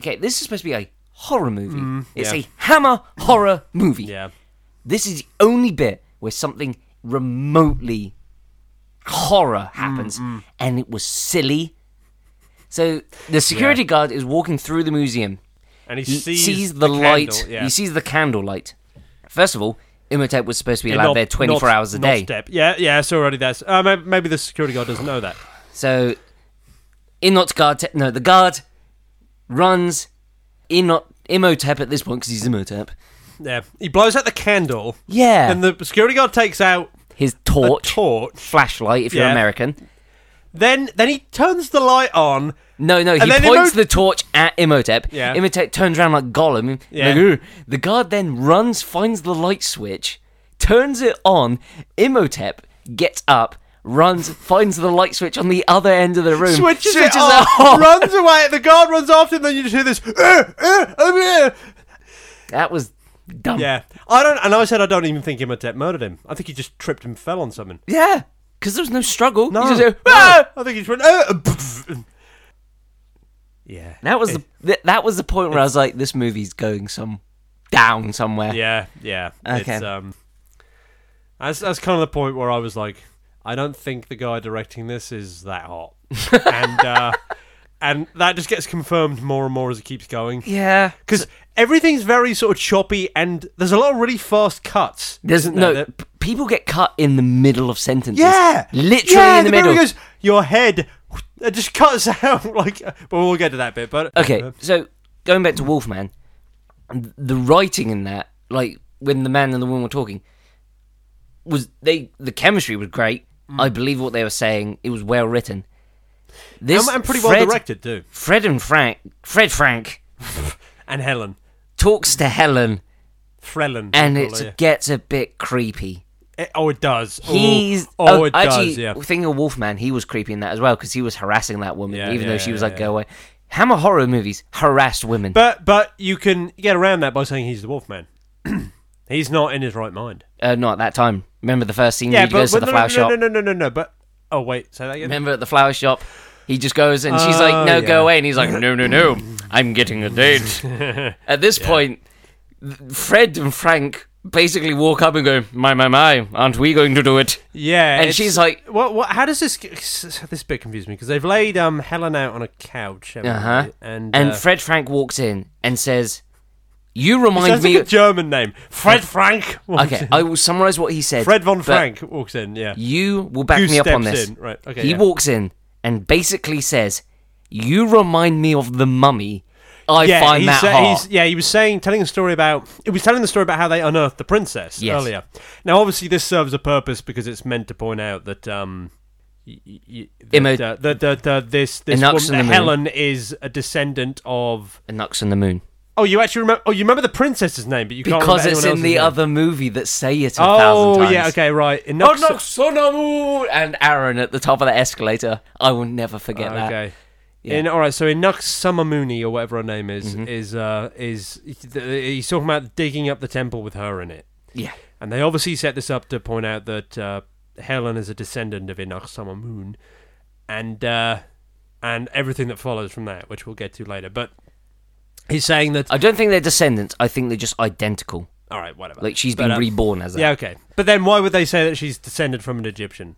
S1: okay this is supposed to be a horror movie it's
S2: Mm, yeah.
S1: a hammer horror movie
S2: yeah,
S1: this is the only bit where something remotely horror happens
S2: Mm,
S1: and it was silly so the security guard is walking through the museum
S2: and he,
S1: he
S2: sees,
S1: sees, the, light
S2: candle, yeah.
S1: he sees the candlelight first of all Imhotep was supposed to be
S2: And
S1: allowed
S2: not-
S1: there 24
S2: not-
S1: hours a
S2: not
S1: day
S2: step. Yeah, yeah. So already that's uh, maybe, maybe the security guard doesn't know that.
S1: So, Inot's guard. Te- no, the guard runs Inot Imhotep at this point because he's Imhotep.
S2: Yeah, he blows out the candle,
S1: Yeah,
S2: and the security guard takes out
S1: his
S2: a
S1: torch,
S2: torch.
S1: flashlight. If you're
S2: Yeah.
S1: American,
S2: Then then he turns the light on.
S1: no, no, he
S2: then
S1: points
S2: Imhot-
S1: the torch at Imhotep.
S2: Yeah.
S1: Imhotep turns around like Gollum.
S2: Yeah.
S1: like, "Ugh." the guard then runs, finds the light switch, turns it on. Imhotep gets up. Runs, finds the light switch on the other end of the room,
S2: Switches, it off, <laughs> runs away. The guard runs after him. Then you just hear this. "Uh, uh, uh, uh."
S1: That was dumb.
S2: Yeah, I don't. And I said I don't even think Imhotep murdered him. I think he just tripped and fell on something.
S1: yeah. because there was no struggle.
S2: No,
S1: You just go,
S2: no.
S1: "Ah!"
S2: Oh, I think he just went. Oh! Yeah,
S1: That was the
S2: It-
S1: th- that was the point where I was like, this movie's going some down somewhere.
S2: yeah, yeah.
S1: Okay.
S2: It's, um, that's that's kind of the point where I was like, I don't think the guy directing this is that
S1: <laughs>
S2: hot, and uh, and that just gets confirmed more and more as it keeps going.
S1: Yeah.
S2: Because everything's very sort of choppy, and there's a lot of really fast cuts.
S1: There's
S2: isn't
S1: no
S2: there, that-
S1: p- people get cut in the middle of sentences.
S2: Yeah,
S1: literally
S2: yeah,
S1: in the,
S2: bit where
S1: middle.
S2: he goes, your head. It just cuts <laughs> out like. But we'll get to that bit. But Uh,
S1: okay, so going back to Wolfman, the writing in that, like when the man and the woman were talking, was they the chemistry was great.
S2: Mm.
S1: I believe what they were saying. It was well written. This
S2: I'm, pretty
S1: Fred,
S2: well directed too. <laughs>
S1: Fred and Frank, Fred Frank
S2: And Helen,
S1: talks to Helen,
S2: Frelin,
S1: and
S2: they
S1: it
S2: call her,
S1: gets a bit creepy.
S2: yeah. It- oh, it does. Oh,
S1: He's
S2: oh, it
S1: actually
S2: does. Yeah,
S1: thinking of Wolfman, he was creepy in that as well because he was harassing that woman,
S2: Yeah,
S1: even
S2: yeah,
S1: though she
S2: yeah,
S1: was like,
S2: yeah.
S1: "Go away." Hammer horror movies harassed women.
S2: but but you can get around that by saying he's the Wolfman. <clears throat> he's not in his right mind.
S1: uh, not at that time. Remember the first scene where
S2: Yeah,
S1: he
S2: but,
S1: goes
S2: but
S1: to the
S2: no,
S1: flower
S2: no,
S1: shop.
S2: no, no, no, no, no. But oh wait, say that again.
S1: Remember at the flower shop, he just goes and she's
S2: Oh,
S1: like, "No,
S2: yeah.
S1: go away," and he's like, "No, no, no, I'm getting a
S2: <laughs>
S1: date." at this point, th- Fred and Frank basically walk up and go, "My, my, my, aren't we going to do it?"
S2: Yeah,
S1: And
S2: it's-
S1: she's like-
S2: "What? What? How does this? This bit confused me because they've laid um Helen out on a couch, haven't
S1: Uh-huh.
S2: they? and
S1: And
S2: uh,
S1: Fred Frank walks in and says, "You
S2: sounds
S1: remind
S2: like
S1: me."
S2: a German name, Fred Frank. <laughs> walks
S1: Okay,
S2: in.
S1: I will summarize what he said.
S2: Fred von
S1: but
S2: Frank walks in. Yeah,
S1: You will back
S2: Who
S1: me up on
S2: steps
S1: this.
S2: in? Right, okay,
S1: he
S2: yeah.
S1: walks in and basically says, "You remind me of the mummy." I
S2: yeah,
S1: find
S2: he
S1: that
S2: sa-
S1: hard.
S2: he's- yeah, he was saying, telling a story about. It was telling the story about how they unearthed the princess
S1: Yes.
S2: earlier. Now, obviously, this serves a purpose because it's meant to point out that um, y- y- y-
S1: Imo-
S2: that, uh, that, that, uh, this this
S1: Inux
S2: woman,
S1: and the Moon.
S2: Helen is a descendant of.
S1: and Nux on the Moon.
S2: Oh, you actually remember? Oh, you remember the princess's name, but you can't
S1: Because
S2: remember
S1: it's
S2: anyone
S1: in the
S2: else's name.
S1: other movie that say it a thousand
S2: Oh
S1: times.
S2: yeah, okay, right.
S1: Oh,
S2: Inux-
S1: Nux on the Moon! And Aaron at the top of the escalator. I will never forget that.
S2: Okay.
S1: Oh, Yeah. Mm-hmm.
S2: In, all right, so in Nux Summermooney or whatever her name is, is uh, is he's talking about digging up the temple with her in it,
S1: Yeah.
S2: and they obviously set this up to point out that uh, Helen is a descendant of Inuk Summermoon, and uh, and everything that follows from that, which we'll get to later. But he's saying that
S1: I don't think they're descendants. I think they're just identical.
S2: all right, whatever.
S1: Like she's
S2: But,
S1: been
S2: um,
S1: reborn as that.
S2: Yeah, okay. But then why would they say that she's descended from an Egyptian?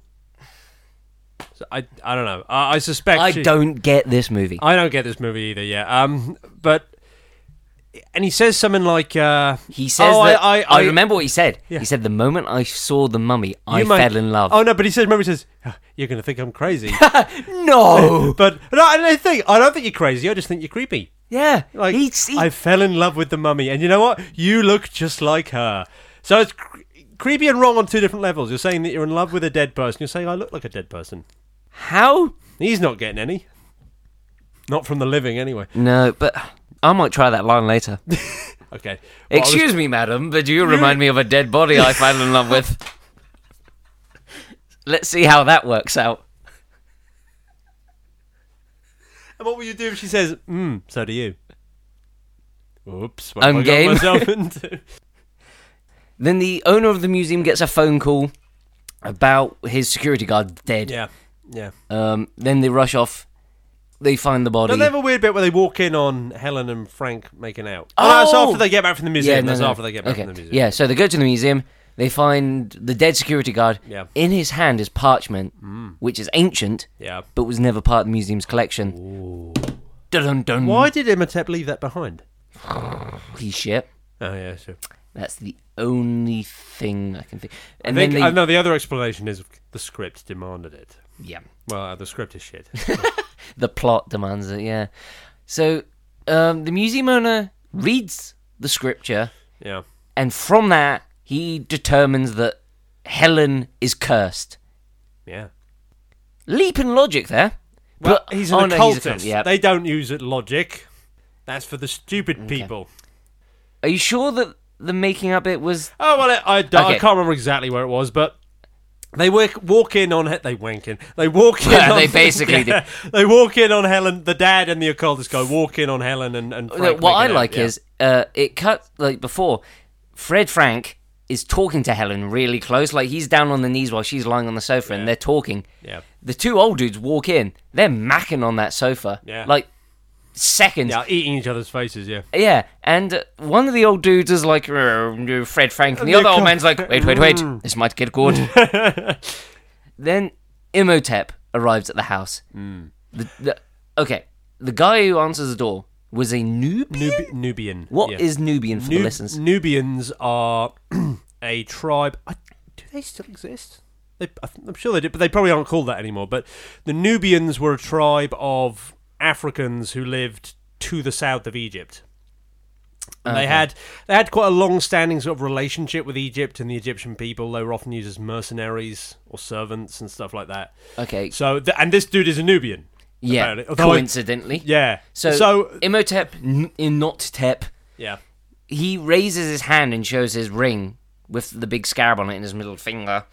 S2: So I I don't know. I, I suspect
S1: I
S2: she-
S1: don't get this movie.
S2: I don't get this movie either. Yeah. Um. But and he says something like, uh,
S1: He says
S2: "Oh,
S1: that
S2: I, I, I,
S1: remember what he said.
S2: Yeah.
S1: He said the moment I saw the mummy, I
S2: you might-
S1: fell in love.
S2: Oh no, but he says, remember, he says, "Oh, "You're gonna think I'm crazy."
S1: no!
S2: <gasps> but no, I don't think I don't think you're crazy. I just think you're creepy.
S1: <laughs> yeah,
S2: Like
S1: he's, he,
S2: I fell in love with the mummy, and you know what? You look just like her. So it's cr- creepy and wrong on two different levels. You're saying that you're in love with a dead person. You're saying I look like a dead person.
S1: how?
S2: He's not getting any. Not from the living, anyway.
S1: No, but I might try that line
S2: <laughs>
S1: later.
S2: Okay. Well, I was-
S1: Excuse me, madam, but you remind me of a dead body I fell in love
S2: <laughs>
S1: with. Let's see how that works out.
S2: And what will you do if she says, mm, so do you? Oops.
S1: I'm
S2: I'm
S1: game.
S2: game.
S1: <laughs>
S2: Myself into?
S1: Then the owner of the museum gets a phone call about his security guard dead.
S2: Yeah. Yeah.
S1: Um, then they rush off. They find the body.
S2: Don't they have a weird bit where they walk in on Helen and Frank making out?
S1: Oh!
S2: no, that's after they get back from the museum.
S1: no,
S2: that's
S1: no.
S2: after they get back
S1: Okay.
S2: from the museum.
S1: Yeah, so they go to the museum. They find the dead security guard.
S2: Yeah. Hmm.
S1: In his hand is parchment, which is ancient,
S2: Yeah.
S1: but was never part of the museum's collection. Dun dun dun.
S2: Why did Imhotep leave that behind?
S1: Holy shit.
S2: Oh, yeah, sure.
S1: That's the only thing I can think.
S2: I
S1: And
S2: think,
S1: then they,
S2: I know the other explanation is the script demanded it.
S1: yeah,
S2: Well, uh, the script is <laughs> shit.
S1: the plot demands it. Yeah. So um, the museum owner reads the scripture,
S2: yeah.
S1: and from that he determines that Helen is cursed.
S2: Yeah.
S1: Leap in logic there.
S2: Well,
S1: but
S2: he's an
S1: oh, no,
S2: occultist.
S1: occultist, yeah.
S2: They don't use it logic. That's for the stupid people.
S1: Are you sure that the making up it was?
S2: Oh well, I, I, don't- I
S1: Okay.
S2: can't remember exactly where it was, but they work, walk in on he- they wank in. They walk <laughs> in.
S1: Yeah,
S2: on,
S1: they basically do.
S2: <laughs> they walk in on Helen, the dad, and the occultist guy walk in on Helen and and Frank
S1: what I
S2: making out,
S1: like
S2: yeah.
S1: is uh, it cut like before. Fred Frank is talking to Helen really close. Like he's down on the knees while she's lying on the sofa
S2: Yeah.
S1: and they're talking.
S2: Yeah.
S1: The two old dudes walk in. They're macking on that sofa.
S2: Yeah.
S1: Like seconds.
S2: Yeah, eating each other's faces, yeah.
S1: Yeah, and uh, one of the old dudes is like "Rrr, Fred Frank, and the
S2: Yeah,
S1: other old
S2: come-
S1: man's like, wait, wait, wait,
S2: Mm.
S1: this might get
S2: <laughs>
S1: good. then Imhotep arrives at the house.
S2: Mm.
S1: The, the, okay, the guy who answers the door was a noob.
S2: Nub- Nubian.
S1: What
S2: yeah.
S1: is Nubian for the
S2: Nub-
S1: listeners?
S2: Nubians are <clears throat> a tribe. I, do they still exist? They, I th- I'm sure they do, but they probably aren't called that anymore. But the Nubians were a tribe of Africans who lived to the south of Egypt. And They had they had quite a long-standing sort of relationship with Egypt and the Egyptian people. They were often used as mercenaries or servants and stuff like that.
S1: Okay,
S2: So, th- and this dude is a Nubian.
S1: yeah,
S2: apparently. Although I-
S1: coincidentally.
S2: yeah.
S1: So,
S2: so
S1: Imhotep, n- Imhotep,
S2: yeah.
S1: he raises his hand and shows his ring with the big scarab on it in his middle finger.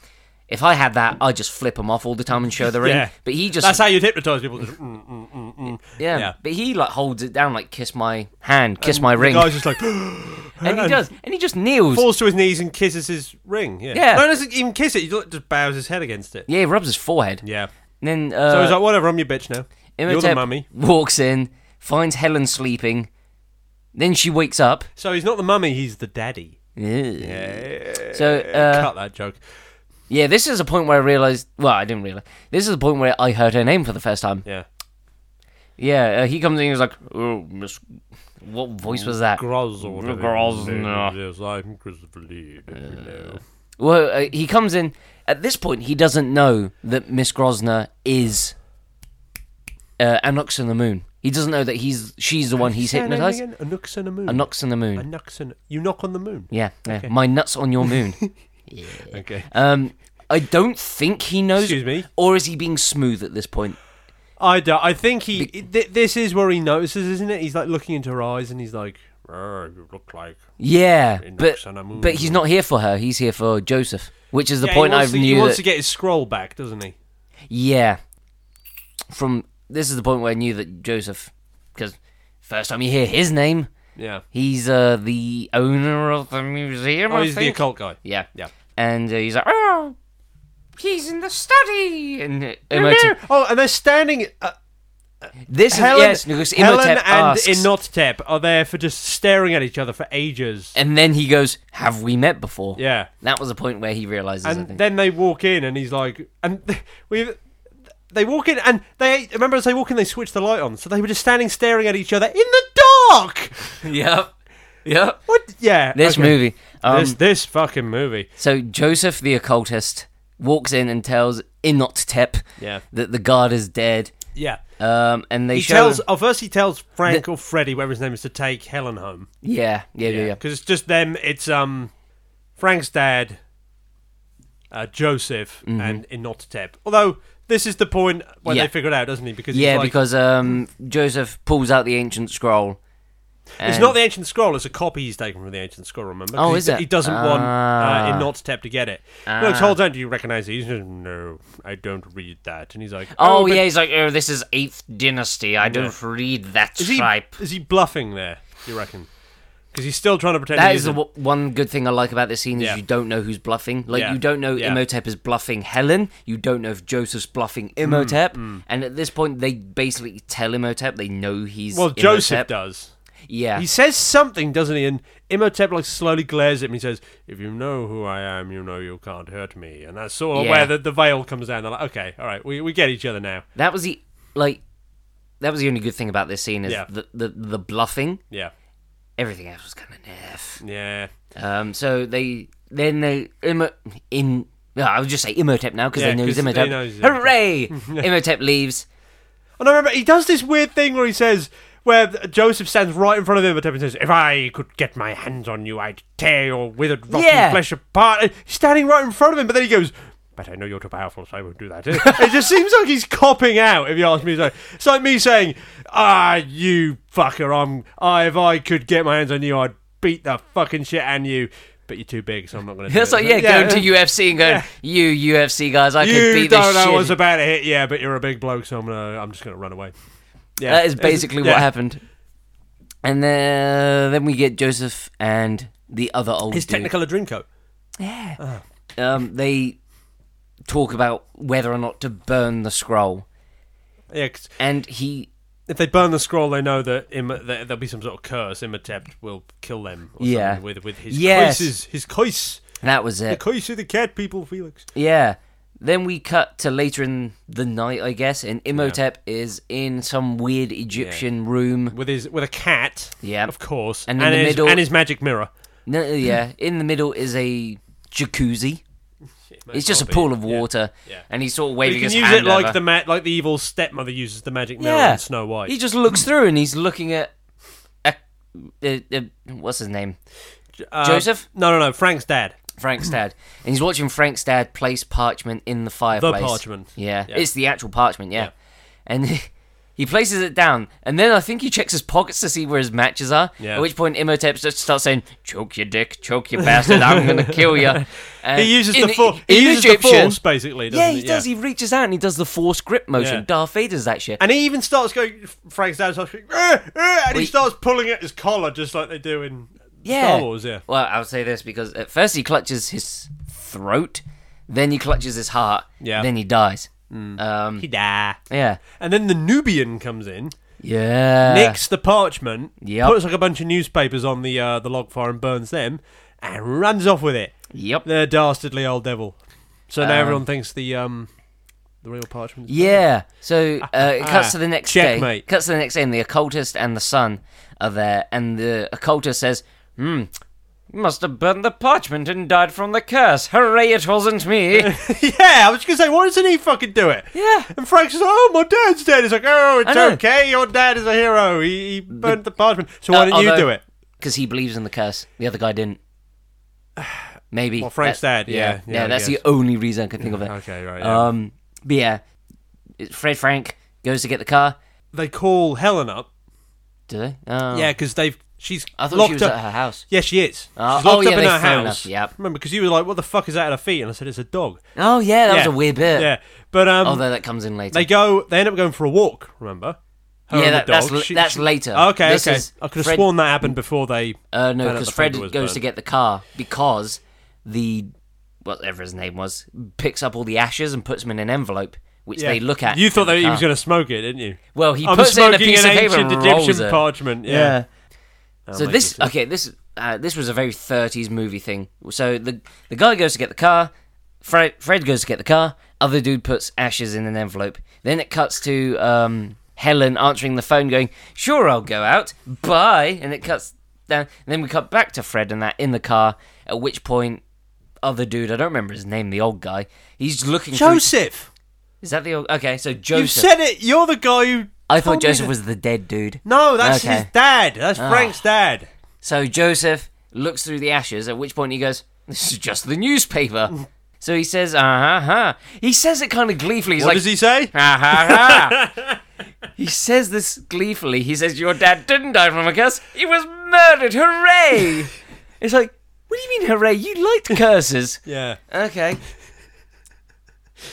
S1: If I had that, I'd just flip him off all the time and show the ring.
S2: Yeah.
S1: But he just
S2: That's how you'd hypnotize people. Just, mm, mm, mm, mm.
S1: Yeah.
S2: Yeah.
S1: But he like holds it down, like kiss my hand, kiss my ring,
S2: The
S1: <gasps>
S2: guy's just like,
S1: and he does, and he just kneels.
S2: falls to his knees and kisses his ring. Yeah,
S1: Yeah.
S2: no, he doesn't even kiss it. He just bows his head against it.
S1: yeah, he rubs his forehead.
S2: Yeah.
S1: And then uh,
S2: So he's like, whatever, I'm your bitch now. You're the
S1: Imhotep
S2: mummy.
S1: <laughs> walks in, finds Helen sleeping. Then she wakes up.
S2: So he's not the mummy. He's the daddy.
S1: Yeah.
S2: Eh,
S1: So uh,
S2: Cut that joke.
S1: yeah, this is a point where I realized. Well, I didn't realize. This is the point where I heard her name for the first time.
S2: Yeah.
S1: Yeah, uh, he comes in. He's like, "Oh, Miss, what voice was that?"
S2: Groz or whatever.
S1: Groz, no.
S2: Yes, I'm Christopher
S1: Uh,
S2: Lee. if you know.
S1: Well, uh, he comes in. At this point, he doesn't know that Miss Grosner is uh, Anox on the Moon. He doesn't know that he's she's the one he's
S2: Say her name
S1: hypnotized.
S2: again? Anox and a moon.
S1: Anox on the Moon.
S2: Anox and you knock on the moon.
S1: Yeah, yeah. my nuts on your
S2: <laughs>
S1: moon.
S2: Okay.
S1: um, I don't think he knows.
S2: Excuse me?
S1: Or is he being smooth at this point?
S2: I do. I think he. Th- this is where he notices, isn't it? He's like looking into her eyes, and he's like, "Oh, you look like."
S1: Yeah, but
S2: Anox on the Moon.
S1: but he's not here for her. He's here for Joseph, which is the
S2: Yeah,
S1: point
S2: he
S1: I
S2: wants to, He
S1: knew
S2: wants
S1: that
S2: to get his scroll back, doesn't he?
S1: Yeah. From this is the point where I knew that Joseph, because first time you hear his name,
S2: Yeah.
S1: he's uh, the owner of the museum.
S2: Oh,
S1: I
S2: he's the
S1: think.
S2: occult guy.
S1: Yeah,
S2: Yeah.
S1: and uh, he's like, oh, he's in the study, and uh, Imhotep-
S2: Oh, and they're standing. Uh,
S1: this is
S2: Helen,
S1: yes, because
S2: Helen and
S1: Imhotep asks,
S2: Inhotep are there for just staring at each other for ages.
S1: and then he goes, "Have we met before?"
S2: Yeah.
S1: that was the point where he realizes. I
S2: And
S1: think.
S2: then they walk in, and he's like, and <laughs> we. They walk in, and they remember as they walk in, they switch the light on, so they were just standing staring at each other in the dark.
S1: <laughs> yep, yep.
S2: What? Yeah.
S1: This
S2: okay.
S1: movie. Um,
S2: this this fucking movie.
S1: So Joseph the occultist walks in and tells Inhotep
S2: Yeah.
S1: that the guard is dead.
S2: Yeah.
S1: Um, and they
S2: He
S1: show
S2: tells. Oh, first he tells Frank or Freddy, whatever his name is, to take Helen home.
S1: yeah, yeah, yeah, yeah.
S2: because it's just them. It's um, Frank's dad, uh, Joseph, and Inhotep. Although this is the point when
S1: Mm-hmm. Yeah.
S2: they figure it out, doesn't he? Because
S1: Yeah,
S2: he's like,
S1: because um, Joseph pulls out the ancient scroll.
S2: it's
S1: and-
S2: not the ancient scroll; it's a copy he's taken from the ancient scroll. Remember? 'Cause
S1: Oh,
S2: he
S1: is
S2: d-
S1: it?
S2: He doesn't want
S1: Ah.
S2: uh, Inhotep to get it. He looks, hold on, do you recognize these? He's like, No, I don't read that. And he's like,
S1: Oh,
S2: but
S1: yeah, he's like, oh, this is Eighth Dynasty. I don't read that
S2: is he
S1: tripe.
S2: is he bluffing there? You reckon? Because he's still trying to pretend.
S1: That
S2: he
S1: is the
S2: isn't.
S1: w- one good thing I like about this scene is
S2: Yeah.
S1: you don't know who's bluffing. Like
S2: Yeah.
S1: you don't know
S2: Yeah.
S1: Imhotep is bluffing Helen. You don't know if Joseph's bluffing
S2: Hmm,
S1: Imhotep. And at this point, they basically tell Imhotep they know he's
S2: well,
S1: Imhotep.
S2: Joseph does.
S1: Yeah,
S2: He says something, doesn't he? And Imhotep like slowly glares at him. He says, "If you know who I am, you know you can't hurt me." And that's sort of
S1: Yeah.
S2: where the, the veil comes down. They're like, "Okay, all right, we, we get each other now."
S1: that was the like. That was the only good thing about this scene is
S2: Yeah.
S1: the, the the bluffing.
S2: Yeah,
S1: Everything else was kind of naff.
S2: yeah,
S1: Um, so they then they Im- in yeah, I would just say Imhotep now because
S2: Yeah,
S1: they know he's
S2: 'cause they
S1: Imhotep.
S2: know he's Imhotep. <laughs>
S1: Hooray! Imhotep leaves.
S2: And I Oh, remember he does this weird thing where he says, where Joseph stands right in front of Imhotep and says, "If I could get my hands on you, I'd tear your withered, rotten
S1: Yeah.
S2: flesh apart." And he's standing right in front of him, but then he goes. But I know you're too powerful, so I won't do that. <laughs> it just seems like he's copping out. If you ask me, it's like, it's like me saying, "Ah, you fucker! I'm. I, if I could get my hands on you, I'd beat the fucking shit out of you. But you're too big, so
S1: <laughs>
S2: I'm not going to."
S1: That's like yeah, going to UFC and going, you UFC guys, I
S2: You
S1: could beat
S2: don't
S1: this
S2: know what's
S1: shit.
S2: about to hit, yeah. But you're a big bloke, so I'm gonna. I'm just gonna run away. Yeah,
S1: that is
S2: It's-
S1: basically what
S2: yeah.
S1: happened. And then then we get Joseph and the other old
S2: His
S1: dude.
S2: technical Adrinko.
S1: Yeah. Um, they talk about whether or not to burn the scroll,
S2: Yeah, 'cause
S1: and he
S2: if they burn the scroll, they know that Im- that there'll be some sort of curse. Imhotep will kill them. Or
S1: Yeah.
S2: something with with his
S1: Yes.
S2: curses, his curse,
S1: that was
S2: the
S1: it.
S2: curse of the cat people, Felix.
S1: Yeah. Then we cut to later in the night, I guess, and Imhotep is in some weird Egyptian room.
S2: with his with a cat.
S1: Yeah.
S2: of course.
S1: And in the
S2: his,
S1: middle-
S2: and his magic mirror.
S1: No,
S2: <clears throat>
S1: yeah, in the middle is a jacuzzi. It's just a pool of water,
S2: Yeah.
S1: and he's sort of
S2: You
S1: waving
S2: can
S1: his
S2: use
S1: hand
S2: it like
S1: over.
S2: the ma- like the evil stepmother uses the magic mirror
S1: Yeah.
S2: in Snow White.
S1: He just looks through and he's looking at a, a, a, what's his name,
S2: Uh,
S1: Joseph?
S2: No, no, no. Frank's dad.
S1: Frank's dad, and he's watching Frank's dad place parchment in the fireplace.
S2: parchment.
S1: Yeah,
S2: Yeah.
S1: it's the actual parchment. Yeah,
S2: Yeah.
S1: and <laughs> he places it down, and then I think he checks his pockets to see where his matches are.
S2: Yeah.
S1: At which point Imhotep just starts saying, "Choke your dick, choke your bastard, I'm gonna kill
S2: <laughs>
S1: you." And
S2: He uses
S1: Uh, in-
S2: the force.
S1: in
S2: He uses the
S1: Egyptian-
S2: force basically. Doesn't
S1: Yeah, he does. He reaches out and he does the force grip motion.
S2: Yeah.
S1: Darth Vader's that shit.
S2: And he even starts going. Frank's dad starts going, "Eh, eh," and
S1: We-
S2: he starts pulling at his collar just like they do in
S1: yeah.
S2: Star Wars. Yeah.
S1: Well, I'll say this because at first he clutches his throat, then he clutches his heart,
S2: Yeah. Mm.
S1: then he dies. Um,
S2: He die.
S1: yeah.
S2: And then the Nubian comes in,
S1: Yeah.
S2: nicks the parchment,
S1: Yep.
S2: puts like a bunch of newspapers on the uh, the log fire and burns them, and runs off with it.
S1: Yep.
S2: The dastardly old devil. So now everyone thinks the um the real parchment. is-
S1: Yeah. So uh, it cuts
S2: ah,
S1: to the next day.
S2: checkmate.
S1: Cuts to the next day, and the occultist and the sun are there, and the occultist says, "Hmm." Must have burned the parchment and died from the curse. Hooray, it wasn't me.
S2: <laughs> yeah, I was gonna say, why doesn't he fucking do it?
S1: Yeah.
S2: And Frank's like, oh, my dad's dead. He's like, oh,
S1: I
S2: it's
S1: know.
S2: okay. Your dad is a hero. He, he burnt the parchment. So why
S1: Uh,
S2: didn't you
S1: although-
S2: do it?
S1: Because he believes in the curse. The other guy didn't. Maybe.
S2: Well, Frank's
S1: That-
S2: dad, yeah,
S1: Yeah,
S2: yeah, I
S1: that's the
S2: guess.
S1: only reason I can think of it.
S2: <laughs> Okay, right. Yeah.
S1: Um, but yeah, it- Fred Frank goes to get the car.
S2: they call Helen up.
S1: Do they? Oh.
S2: Yeah, because they've she's
S1: uh, I thought
S2: locked
S1: she was
S2: up.
S1: at her house.
S2: Yeah, she is.
S1: Oh,
S2: she's
S1: oh,
S2: locked
S1: yeah,
S2: up in
S1: they
S2: her
S1: thrown her,
S2: house.
S1: yep.
S2: Remember, because you were like, what the fuck is that at her feet? And I said, it's a dog.
S1: Oh yeah, that was
S2: Yeah.
S1: a weird bit.
S2: Yeah. But um,
S1: Although that comes in later.
S2: They go. They end up going for a walk. Remember? Her
S1: Yeah,
S2: and the
S1: that- that's
S2: dog. Oh,
S1: l- that's later.
S2: Okay,
S1: This
S2: okay.
S1: is
S2: I could have
S1: Fred-
S2: sworn that happened before they.
S1: uh, no,
S2: found out
S1: because
S2: the
S1: Fred
S2: paper was
S1: goes to
S2: burnt.
S1: get the car because the whatever his name was picks up all the ashes and puts them in an envelope, which
S2: Yeah.
S1: they look at.
S2: You thought
S1: in the
S2: that he
S1: car.
S2: was going to smoke it, didn't you?
S1: Well, he
S2: I'm
S1: puts it in a
S2: smoking
S1: piece
S2: an
S1: of paper
S2: ancient
S1: and rolls
S2: Egyptian
S1: it.
S2: parchment. Yeah.
S1: So this okay, this uh, this was a very '30s movie thing. So the the guy goes to get the car, Fred Fred goes to get the car. Other dude puts ashes in an envelope. Then it cuts to um, Helen answering the phone, going, "Sure, I'll go out. Bye." And it cuts down. And then we cut back to Fred and that in the car. At which point, other dude, I don't remember his name, the old guy, he's looking. through-
S2: Joseph,
S1: is that the old? Okay, so
S2: you
S1: Joseph.
S2: said it. You're the guy who.
S1: I thought
S2: told me
S1: Joseph
S2: that-
S1: was the dead dude.
S2: No, that's
S1: Okay. Ah.
S2: his dad. That's Frank's dad.
S1: So Joseph looks through the ashes, at which point he goes, This is just the
S2: <laughs>
S1: newspaper. so he says, Uh huh, huh. He says it kind of gleefully. He's like,
S2: What
S1: <laughs>
S2: does he say?
S1: Ha ha
S2: <laughs>
S1: ha. He says this gleefully. He says, Your dad didn't die from a curse. He was murdered.
S2: <laughs>
S1: Hooray! it's like, What do you mean, hooray? You liked
S2: <laughs>
S1: curses.
S2: Yeah.
S1: okay.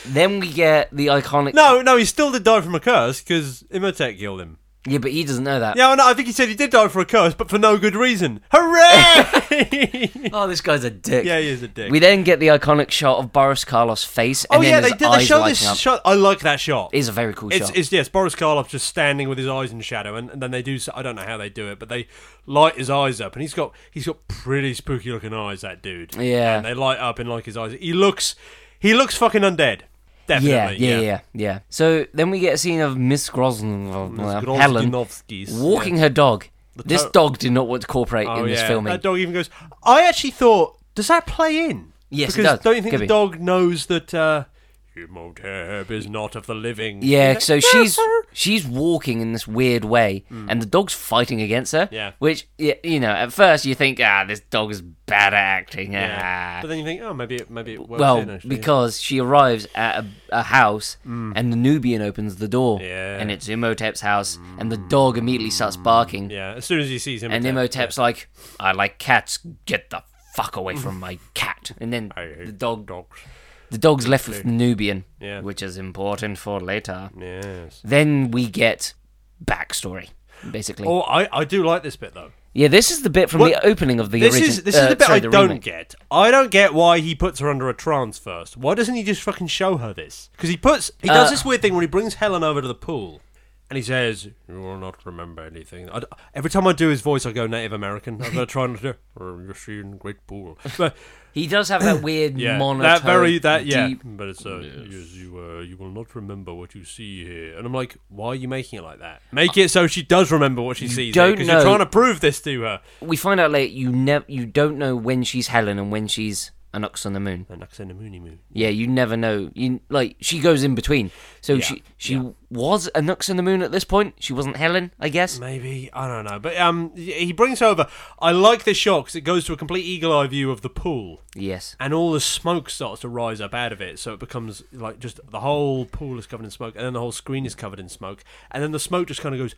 S1: Then we get the iconic.
S2: No, no, he still did die from a curse because Imhotep killed him.
S1: Yeah, but he doesn't know that.
S2: Yeah, no, I think he said he did die for a curse, but for no good reason.
S1: <laughs>
S2: Hooray!
S1: Oh, this guy's a dick.
S2: yeah, he is a dick.
S1: We then get the iconic shot of Boris Karloff's face. And
S2: Oh
S1: then
S2: yeah, they
S1: his
S2: did. They
S1: eyes
S2: show
S1: lighting
S2: this
S1: up.
S2: shot. I like that shot.
S1: It is a very cool
S2: it's,
S1: shot.
S2: it's yes, Boris Karloff just standing with his eyes in shadow, and, and then they do. s- I don't know how they do it, but they light his eyes up, and he's got he's got pretty spooky looking eyes. That dude.
S1: Yeah.
S2: And they light up in like his eyes. He looks he looks fucking undead. Definitely.
S1: yeah, yeah, yeah, yeah. So then we get a scene of Miss Grosnov,
S2: Grozdinovskis,
S1: Helen,
S2: yeah.
S1: walking her dog. This
S2: to-
S1: dog did not want to cooperate
S2: Oh,
S1: in this
S2: yeah.
S1: filming.
S2: That dog even goes. I actually thought, does that play in?
S1: Yes, it
S2: because
S1: does.
S2: don't you think
S1: Could
S2: the
S1: be.
S2: dog knows that uh, Imhotep is not of the living?
S1: yeah,
S2: He's
S1: so
S2: like,
S1: she's Ah.
S2: "Therefore,
S1: she's walking in this weird way, and the dog's fighting against her.
S2: Hmm. Yeah.
S1: Which y- you know, at first you think, ah, this dog is bad at acting.
S2: Yeah.
S1: ah."
S2: But then you think, oh, maybe it, maybe it works in,
S1: Well,
S2: actually.
S1: because she arrives at a, a house and the Nubian opens the door,
S2: Hmm. Yeah. Hmm.
S1: and it's Imhotep's house, and the dog immediately starts barking.
S2: yeah, as soon as he sees him,
S1: And Imhotep's like, I like cats. Get the fuck away from my cat. And then the dog,
S2: dogs.
S1: the dog's left with the Nubian,
S2: Yeah.
S1: which is important for later.
S2: Yes.
S1: Then we get backstory, basically.
S2: Oh, I, I Oh, do like this bit though.
S1: Yeah, this is the bit from
S2: What-
S1: the opening of the
S2: This
S1: origin-
S2: is this is
S1: uh,
S2: the bit
S1: sorry,
S2: I
S1: the
S2: don't
S1: remake.
S2: get. I don't get why he puts her under a trance first. Why doesn't he just fucking show her this? Because he puts he does
S1: Uh,
S2: this weird thing when he brings Helen over to the pool, and he says, "You will not remember anything." I d every time I do his voice, I go Native American. I'm gonna try and do. <laughs> "Oh, You're seeing great pool, <laughs> but
S1: He does have that weird
S2: yeah,
S1: monotone.
S2: that very that yeah.
S1: deep-
S2: But it's uh, yes. you uh, you will not remember what you see here, and I'm like, why are you making it like that? Make it so she does remember what she sees.
S1: don't
S2: because
S1: know.
S2: you're trying to prove this to her.
S1: We find out later you never you don't know when she's Helen and when she's an ox on the moon.
S2: And Aksena Mooney Moon.
S1: Yeah, you never know. You like she goes in between. So
S2: Yeah,
S1: she she was a Nux on the Moon at this point. She wasn't Helen, I guess.
S2: Maybe I don't know, but um, y- he brings her over. I like this shot because it goes to a complete eagle eye view of the pool,
S1: Yes.
S2: and all the smoke starts to rise up out of it. So it becomes like just the whole pool is covered in smoke, and then the whole screen is covered in smoke, and then the smoke just kind of goes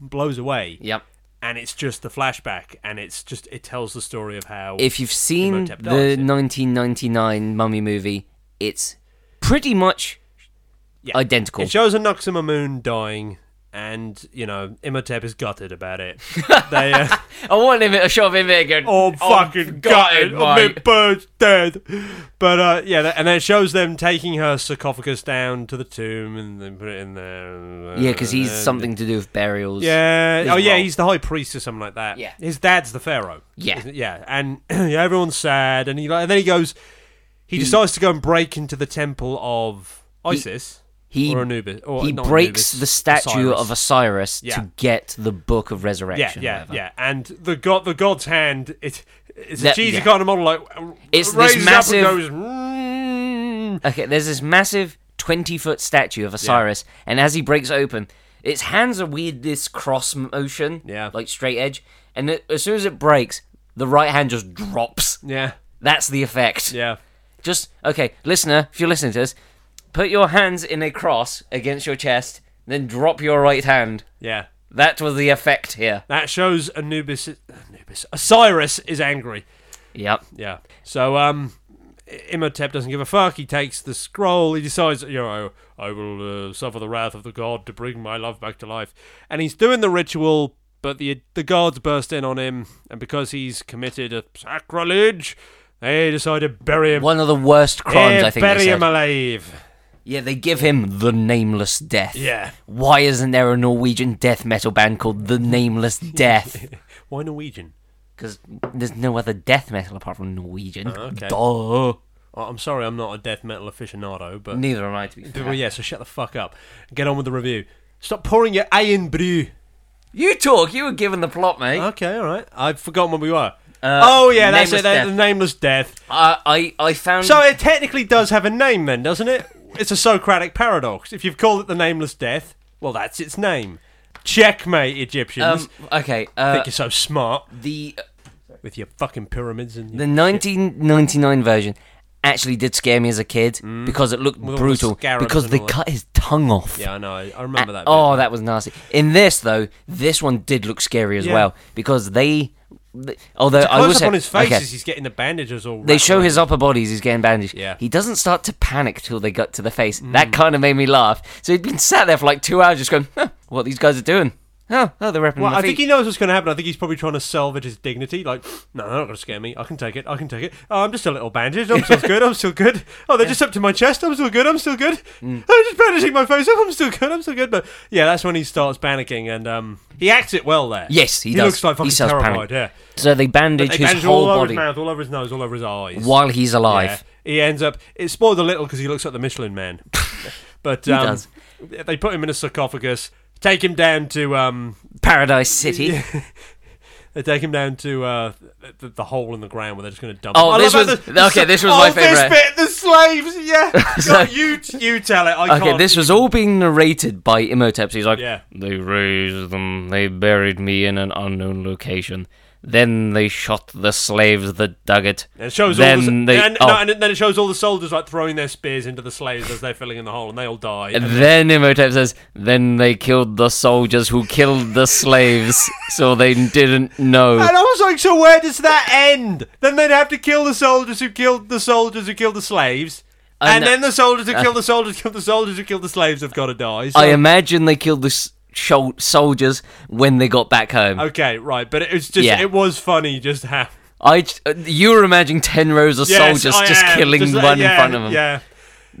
S2: and blows away.
S1: Yep.
S2: And it's just the flashback, and it's just it tells the story of how
S1: If you've seen
S2: Imhotep
S1: the
S2: dies, yeah.
S1: 1999 Mummy movie, it's pretty much
S2: Yeah.
S1: identical.
S2: It shows a Noxima moon dying, and you know Imhotep is gutted about it. they. Uh,
S1: I want him a shot of him there going.
S2: Oh, fucking gutted, my
S1: mate."
S2: bird's dead. But uh, yeah, that, and then it shows them taking her sarcophagus down to the tomb and then put it in there. uh,
S1: Yeah, because he's something to do with burials.
S2: Yeah.
S1: his
S2: Oh, yeah.
S1: role.
S2: He's the high priest or something like that.
S1: Yeah.
S2: His dad's the pharaoh.
S1: Yeah.
S2: isn't- Yeah. And <clears throat> yeah, everyone's sad, and he like, and then he goes. He, decides to go and break into the temple of Isis
S1: He
S2: or Anubis. Or
S1: he
S2: not
S1: breaks
S2: Anubis,
S1: the statue
S2: Osiris.
S1: of Osiris
S2: Yeah.
S1: to get the Book of
S2: Yeah,
S1: Resurrection.
S2: yeah,
S1: whatever.
S2: yeah. And the god, the god's hand. It, it's a
S1: That-
S2: cheesy
S1: yeah.
S2: kind of model. Like
S1: It's this
S2: raises
S1: massive-
S2: up and goes. "Mm."
S1: Okay, there's this massive 20 foot statue of Osiris, and as he breaks it open, its hands are weird, this cross motion,
S2: Yeah.
S1: like straight edge, and it, as soon as it breaks, the right hand just drops.
S2: Yeah,
S1: That's the effect.
S2: yeah.
S1: Just, okay, listener, if you're listening to this, put your hands in a cross against your chest, then drop your right hand.
S2: Yeah.
S1: That was the effect here.
S2: That shows Anubis. Anubis. Osiris is angry.
S1: Yep.
S2: Yeah. So um, Imhotep doesn't give a fuck. He takes the scroll. He decides, you know, I, I will uh, suffer the wrath of the god to bring my love back to life. And he's doing the ritual, but the the guards burst in on him, and because he's committed a sacrilege, they decide to bury him.
S1: One of the worst crimes,
S2: Yeah,
S1: I think. they
S2: bury
S1: said.
S2: him alive.
S1: Yeah, they give him the Nameless Death.
S2: Yeah.
S1: Why isn't there a Norwegian death metal band called the Nameless
S2: <laughs>
S1: Death?
S2: <laughs> Why Norwegian?
S1: Because there's no other death metal apart from Norwegian.
S2: okay.
S1: Duh.
S2: Oh, I'm sorry, I'm not a death metal aficionado, but
S1: Neither am I, to be fair.
S2: Well, yeah, so shut the fuck up. Get on with the review. Stop pouring your iron brew.
S1: You talk. You were given the plot, mate.
S2: Okay, all right. I've forgotten where we were. oh yeah, that's
S1: Uh, Nameless
S2: it. that-
S1: Death.
S2: The nameless death.
S1: I, I, I found.
S2: So it technically does have a name, then, doesn't it? It's a Socratic paradox. If you've called it the nameless death, well, that's its name. Checkmate, Egyptians.
S1: um, okay.
S2: Think
S1: Uh,
S2: you're so smart
S1: the
S2: with your fucking pyramids and
S1: the 1999 version actually did scare me as a kid
S2: Mm.
S1: because it looked
S2: all the
S1: brutal
S2: scarabs
S1: because
S2: and
S1: they
S2: all that.
S1: cut his tongue off.
S2: yeah, I know. I I remember that. bit.
S1: Oh, that was nasty. In this though, this one did look scary as
S2: Yeah.
S1: well because they, th- although I
S2: Close
S1: was
S2: up on his face as he's getting the bandages all.
S1: they
S2: wrapped
S1: show
S2: around.
S1: his upper bodies. He's getting bandaged.
S2: Yeah. Mm.
S1: He doesn't start to panic till they got to the face. That kind of made me laugh. So he'd been sat there for like two hours, just going, huh, "What these guys are doing? Oh, oh, they're repping
S2: Well,
S1: my
S2: I
S1: feet."
S2: think he knows what's going to happen. I think he's probably trying to salvage his dignity. Like, no, they're not going to scare me. I can take it. I can take it. Oh, I'm just a little bandage. I'm still good. I'm
S1: <laughs>
S2: still good. Oh, they're just up to my chest. I'm still good. I'm still good.
S1: Mm.
S2: I'm just bandaging my face up. I'm still good. I'm still good. But yeah, that's when he starts panicking, and um, he acts it well there.
S1: Yes, he
S2: he
S1: does.
S2: looks like
S1: He
S2: fucking
S1: sells panic.
S2: terrified. Yeah,
S1: so they bandage
S2: they
S1: his
S2: bandage
S1: whole
S2: all over
S1: body
S2: his mouth, all over his nose, all over his eyes.
S1: while he's alive.
S2: Yeah. He ends up. It's spoiled a little because he looks like the
S1: <laughs>
S2: Michelin Man. but um,
S1: does.
S2: they put him in a sarcophagus. Take him down to um,
S1: Paradise City.
S2: They take him down to uh, th- th- the hole in the ground where they're just going to dump.
S1: Oh,
S2: him. I
S1: this
S2: love
S1: was-
S2: how the-
S1: okay, this was
S2: oh,
S1: my
S2: This
S1: favourite.
S2: bit, the slaves,
S1: <laughs>
S2: yeah.
S1: So-
S2: God, you you tell it. I
S1: Okay,
S2: can't.
S1: this was all being narrated by Imhotep. So he's like,
S2: Yeah.
S1: They raised them. They buried me in an unknown location. Then they shot the slaves that dug it.
S2: And it shows
S1: then
S2: all the,
S1: they.
S2: and,
S1: oh,
S2: no, and then it shows all the soldiers like throwing their spears into the slaves as they're filling in the hole, and they all die.
S1: and then Imhotep says, Then they killed the soldiers who killed the slaves, so they didn't know.
S2: And I was like, so where does that end? Then they'd have to kill the soldiers who killed the soldiers who killed the slaves,
S1: I
S2: and
S1: know- uh,
S2: then the soldiers who killed the soldiers who killed the soldiers who killed the slaves have got to die. So
S1: I imagine they killed the s- shol- soldiers when they got back home.
S2: Okay, right, but it was just
S1: Yeah.
S2: it was funny just how <laughs>
S1: I j- uh, you were imagining ten rows of
S2: Yes,
S1: soldiers
S2: I
S1: just
S2: am.
S1: killing
S2: Just, uh,
S1: one
S2: yeah,
S1: in front of them.
S2: Yeah,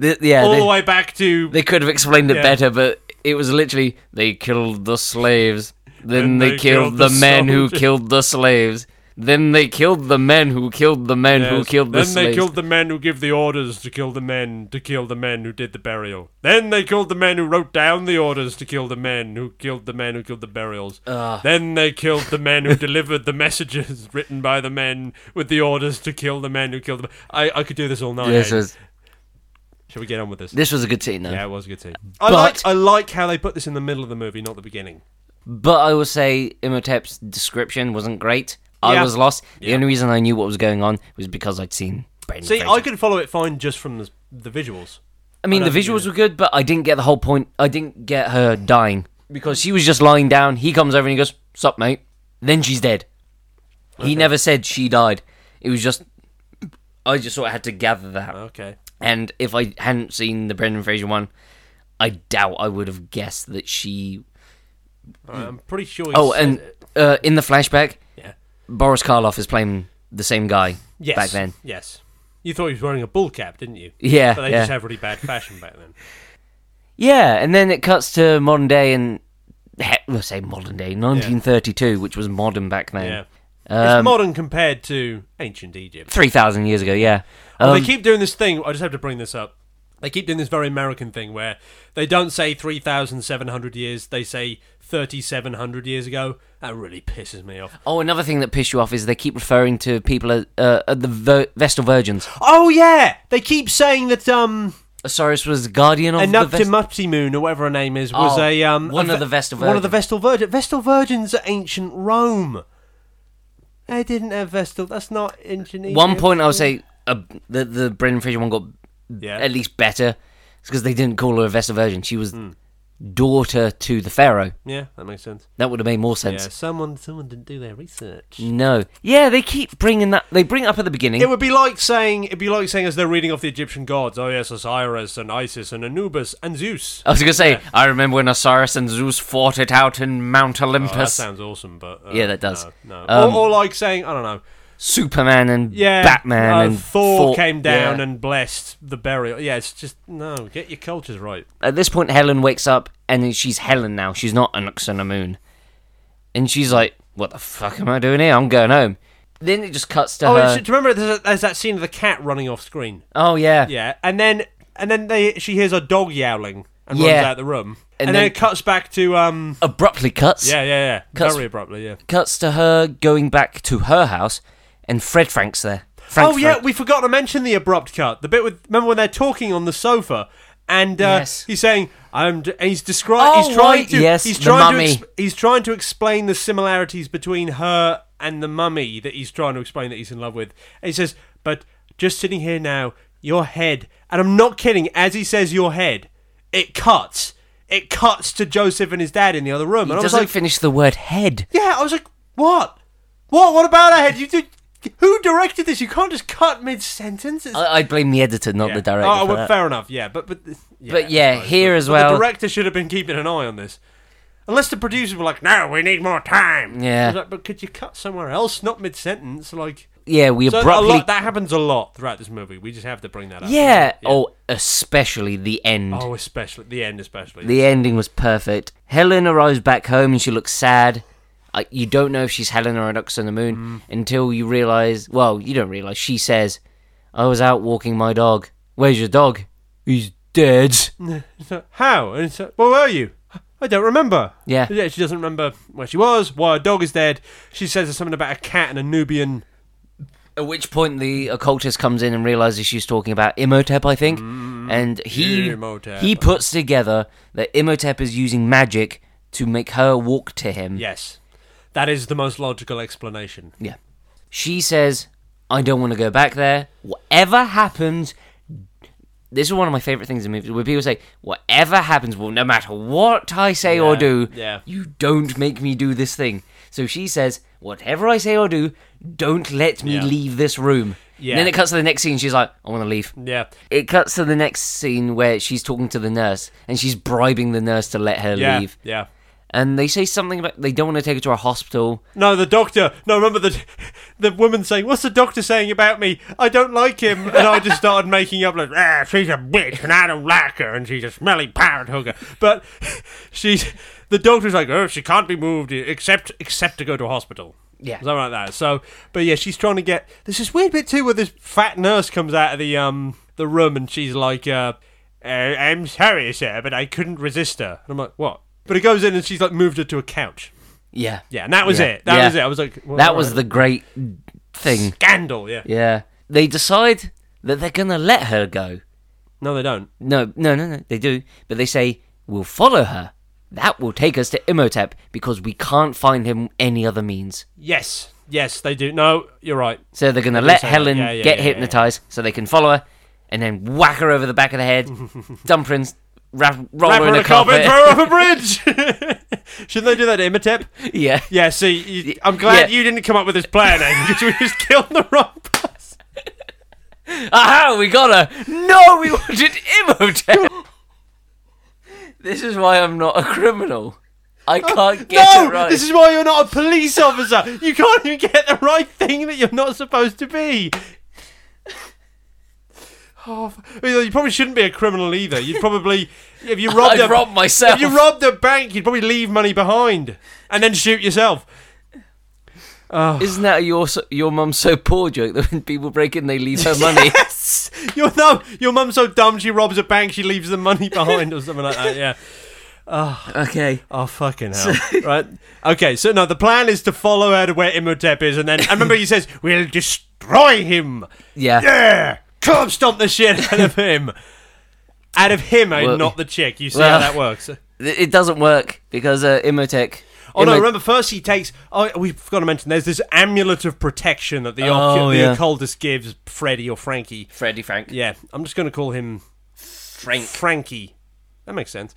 S1: Th- yeah,
S2: all
S1: they,
S2: the way back to
S1: they could have explained it
S2: Yeah.
S1: better, but it was literally they killed the slaves, then
S2: Then
S1: they,
S2: they
S1: killed,
S2: killed
S1: the,
S2: the
S1: men who
S2: soldiers.
S1: killed the slaves, then they killed the men who killed the men who
S2: Yes.
S1: killed the
S2: Then
S1: slaves.
S2: they killed the men who give the orders to kill the men to kill the men who did the burial. Then they killed the men who wrote down the orders to kill the men who killed the men who killed the burials. Then they killed the men who <laughs> delivered the messages <laughs> written by the men with the orders to kill the men who killed the. I I could do this all night.
S1: this was
S2: Shall we get on with this?
S1: this was a good scene though.
S2: yeah, it was a good scene. I
S1: But-
S2: like I like how they put this in the middle of the movie, not the beginning.
S1: But I will say Imhotep's description wasn't great. I
S2: Yeah.
S1: was lost. The
S2: Yeah.
S1: only reason I knew what was going on was because I'd seen. Brendan
S2: See,
S1: Fraser.
S2: I could follow it fine just from the, the visuals.
S1: I mean,
S2: I
S1: the
S2: don't think
S1: visuals
S2: you-
S1: were good, but I didn't get the whole point. I didn't get her dying because she was just lying down. He comes over and he goes, "Sup, mate?" Then she's dead. He never said she died. It was just, I just sort of had to gather that.
S2: Okay.
S1: And if I hadn't seen the Brendan Fraser one, I doubt I would have guessed that she.
S2: I'm pretty sure. he
S1: Hmm. Oh,
S2: said
S1: and
S2: it.
S1: uh, in the flashback,
S2: yeah.
S1: Boris Karloff is playing the same guy
S2: Yes.
S1: back then.
S2: Yes. You thought he was wearing a bull cap, didn't you?
S1: Yeah,
S2: But they
S1: yeah.
S2: just have really bad fashion back
S1: <laughs>
S2: then.
S1: Yeah, and then it cuts to modern day and heck, let's say modern day, 1932, which was modern back
S2: Yeah.
S1: then. Um,
S2: it's modern compared to ancient Egypt.
S1: Three thousand years ago, yeah.
S2: Well,
S1: Um,
S2: they keep doing this thing. I just have to bring this up. They keep doing this very American thing where they don't say 3,700 years, they say 3,700 years ago. That really pisses me off.
S1: oh, another thing that pissed you off is they keep referring to people as uh, uh, the Ver- Vestal Virgins.
S2: Oh, yeah! They keep saying that um,
S1: Osiris was the guardian of the Vestal.
S2: Anuptimupti Moon, or whatever her name is, was
S1: Oh,
S2: a. Um,
S1: one
S2: a
S1: of the Vestal
S2: One of the
S1: Virgins.
S2: Vestal Virgins. Vestal Virgins are ancient Rome. They didn't have Vestal. That's not ancient Egypt.
S1: one point, I would say uh, the the Brendan Fraser one got
S2: Yeah.
S1: at least better. It's because they didn't call her a Vestal Virgin. She was
S2: Hmm.
S1: daughter to the Pharaoh.
S2: Yeah, that makes sense.
S1: That would have made more
S2: Yeah,
S1: sense.
S2: someone someone didn't do their research.
S1: No, yeah, they keep bringing that. They bring it up at the beginning.
S2: It would be like saying it'd be like saying as they're reading off the Egyptian gods, oh yes, Osiris and Isis and Anubis and Zeus.
S1: I was gonna say, I remember when Osiris and Zeus fought it out in Mount
S2: Oh, that
S1: Olympus.
S2: sounds awesome, but uh,
S1: Yeah, that does.
S2: No, no.
S1: Um,
S2: or, or like saying I don't know,
S1: Superman and
S2: yeah,
S1: Batman
S2: uh,
S1: and
S2: Thor,
S1: fought-
S2: came down
S1: yeah.
S2: and blessed the burial. Yeah, it's just no, get your cultures right.
S1: At this point, Helen wakes up and then she's Helen now. She's not Anuxana Moon, and she's like, "What the fuck am I doing here? I'm going home." Then it just cuts to
S2: Oh,
S1: her.
S2: and do you remember there's, a, there's that scene of the cat running off screen?
S1: Oh yeah.
S2: Yeah, and then and then they she hears a dog yowling and
S1: Yeah.
S2: runs out the room,
S1: And
S2: and, then,
S1: then-
S2: it cuts back to um,
S1: Abruptly cuts.
S2: yeah, yeah, yeah,
S1: Cuts-
S2: very abruptly, yeah.
S1: Cuts to her going back to her house, and Fred Frank's there. Frank
S2: Oh yeah,
S1: Frank.
S2: we forgot to mention the abrupt cut. The bit with remember when they're talking on the sofa and uh,
S1: Yes.
S2: he's saying I'm d- he's describing
S1: Oh,
S2: he's trying
S1: right,
S2: to
S1: yes,
S2: he's
S1: the
S2: trying to
S1: mummy.
S2: ex- he's trying to explain the similarities between her and the mummy that he's trying to explain that he's in love with. And he says, "But just sitting here now, your head." And I'm not kidding, as he says your head, it cuts. It cuts to Joseph and his dad in the other room. and I was
S1: doesn't
S2: like,
S1: finish the word head.
S2: yeah, I was like, what? What? What about our head? You did. Who directed this? You can't just cut mid sentence.
S1: I, I blame the editor, not Oh, the director.
S2: Oh,
S1: for
S2: well,
S1: that.
S2: fair enough. Yeah, but but yeah,
S1: But yeah, here as well.
S2: The director should have been keeping an eye on this. Unless the producers were like, "No, we need more time."
S1: Yeah.
S2: I was like, but could you cut somewhere else? Not mid sentence, like.
S1: yeah, we
S2: So a
S1: abruptly
S2: lot, that happens a lot throughout this movie. We just have to bring that up.
S1: Yeah. Oh, especially the end.
S2: Oh, especially the end, especially.
S1: The ending was perfect. Helen arrives back home and she looks sad. I, you don't know if she's Helen or an ox on the moon
S2: Mm.
S1: until you realize. Well, you don't realize. She says, "I was out walking my dog. Where's your dog? He's
S2: <laughs>
S1: dead."
S2: So, how? And so, where were you? I don't remember.
S1: Yeah.
S2: Yeah, she doesn't remember where she was, why her dog is dead. She says there's something about a cat and a Nubian.
S1: At which point the occultist comes in and realizes she's talking about Imhotep, I think, and he
S2: Mm. Imhotep.
S1: he puts together that Imhotep is using magic to make her walk to him.
S2: Yes. That is the most logical explanation.
S1: Yeah. She says, I don't want to go back there. Whatever happens. This is one of my favorite things in movies where people say, whatever happens, well, no matter what I say or
S2: Yeah,
S1: do,
S2: yeah.
S1: you don't make me do this thing. So she says, whatever I say or do, don't let me
S2: Yeah.
S1: leave this room.
S2: Yeah.
S1: Then it cuts to the next scene. She's like, I want to leave.
S2: Yeah.
S1: It cuts to the next scene where she's talking to the nurse and she's bribing the nurse to let her
S2: Yeah.
S1: leave.
S2: Yeah.
S1: and they say something about they don't want to take her to a hospital.
S2: No, the doctor. No, remember the the woman saying, "What's the doctor saying about me? I don't like him." And I just started making up like, "Ah, she's a bitch, and I don't like her, and she's a smelly pirate hooker." But she's the doctor's like, "Oh, she can't be moved except except to go to a hospital."
S1: Yeah.
S2: something like that. So, but yeah, she's trying to get. There's this weird bit too where this fat nurse comes out of the um the room and she's like, uh, uh "I'm sorry, sir, but I couldn't resist her." And I'm like, "What?" But it goes in and she's like moved her to a couch.
S1: Yeah,
S2: Yeah, and that was
S1: Yeah.
S2: it. That
S1: Yeah.
S2: was it. I was like, well,
S1: that was
S2: alright.
S1: the great thing.
S2: scandal. Yeah.
S1: Yeah, they decide that they're gonna let her go.
S2: No, they don't.
S1: No, no, no, no. They do, but they say we'll follow her. That will take us to Imhotep because we can't find him any other means.
S2: Yes, yes, they do. No, you're right.
S1: So they're going to let
S2: say that.
S1: Helen
S2: Yeah, yeah,
S1: get
S2: yeah, yeah,
S1: hypnotized so they can follow her and then whack her over the back of the
S2: <laughs>
S1: head, dump her in, s- wrap, roll
S2: Wrap
S1: her in a
S2: her in a
S1: carpet.
S2: carpet, and throw her off a bridge. <laughs> Shouldn't they do that to Imhotep?
S1: <laughs> yeah.
S2: Yeah. See, you, I'm glad
S1: Yeah.
S2: you didn't come up with this plan, Aang, because we just killed the wrong <laughs> person.
S1: Aha, we got her. No, we wanted Imhotep. this is why I'm not a criminal. I can't get
S2: Oh, No,
S1: it right.
S2: this is why you're not a police officer. You can't even get the right thing that you're not supposed to be. <laughs> Oh, f- you probably shouldn't be a criminal either. You'd probably,
S1: <laughs>
S2: if you robbed,
S1: I've
S2: a,
S1: robbed myself.
S2: If you robbed a bank, you'd probably leave money behind and then shoot yourself.
S1: <laughs> Isn't that your so- your mum's so poor joke that when people break in they leave
S2: <laughs>
S1: her money?
S2: Yes. Your no, your mum's so dumb she robs a bank, she leaves the money behind or something like
S1: <laughs>
S2: that. Yeah.
S1: okay.
S2: Oh fucking
S1: <laughs>
S2: hell! right. Okay. So no, the plan is to follow her to where Imhotep is, and then I remember he says, "We'll destroy him."
S1: Yeah.
S2: Yeah. Curb stomp the shit out of him. Out of him, eh,
S1: Well-
S2: not the chick. You see how
S1: well- <laughs>
S2: that works.
S1: Th- It doesn't work because uh, Imhotep.
S2: Oh no!
S1: Imho-
S2: Remember, first he takes. Oh, we forgot to mention. There's this amulet of protection that the,
S1: Oh,
S2: occu-
S1: yeah.
S2: the occultist gives Freddy or Frankie.
S1: Freddie Frank.
S2: Yeah, I'm just going to call him
S1: Frank.
S2: Frankie. That makes sense.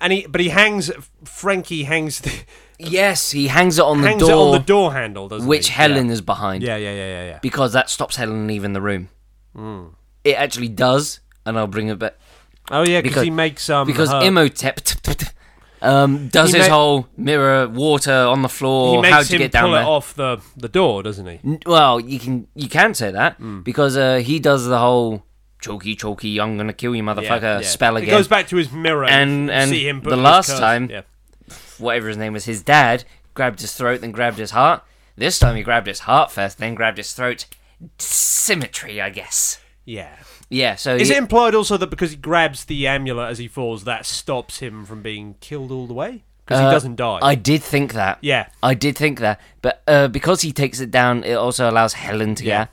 S2: And he, but he hangs. Frankie hangs the,
S1: Yes, he hangs it on the
S2: hangs
S1: door,
S2: it on the door handle, doesn't
S1: which
S2: he?
S1: Helen is behind
S2: Yeah, yeah, yeah, yeah, yeah. yeah.
S1: because that stops Helen leaving the room.
S2: Hmm.
S1: It actually does, and I'll bring it back
S2: Oh yeah, because
S1: Because-
S2: he makes um
S1: because
S2: her-
S1: Imhotep t- t- t- um, does
S2: He
S1: his
S2: ma-
S1: whole mirror water on the
S2: he
S1: floor.
S2: makes
S1: How to
S2: him
S1: get down
S2: pull
S1: there?
S2: it off the the door, doesn't he?
S1: N- Well, you can you can say that
S2: Hmm.
S1: because uh, he does the whole choky choky. I'm gonna kill you,
S2: Yeah,
S1: motherfucker.
S2: yeah.
S1: Spell
S2: It
S1: again.
S2: goes back to his mirror
S1: And-
S2: you
S1: and
S2: see him put
S1: the
S2: his
S1: last
S2: curse-
S1: time-
S2: Yeah.
S1: whatever his name was, his dad grabbed his throat, then grabbed his heart. This time he grabbed his heart first, then grabbed his throat. Symmetry, I guess.
S2: Yeah.
S1: Yeah. So
S2: Is
S1: he-
S2: it implied also that because he grabs the amulet as he falls, that stops him from being killed all the way? Because
S1: Uh,
S2: he doesn't die.
S1: I did think that.
S2: yeah.
S1: I did think that, but uh, because he takes it down, it also allows Helen to.
S2: Yeah.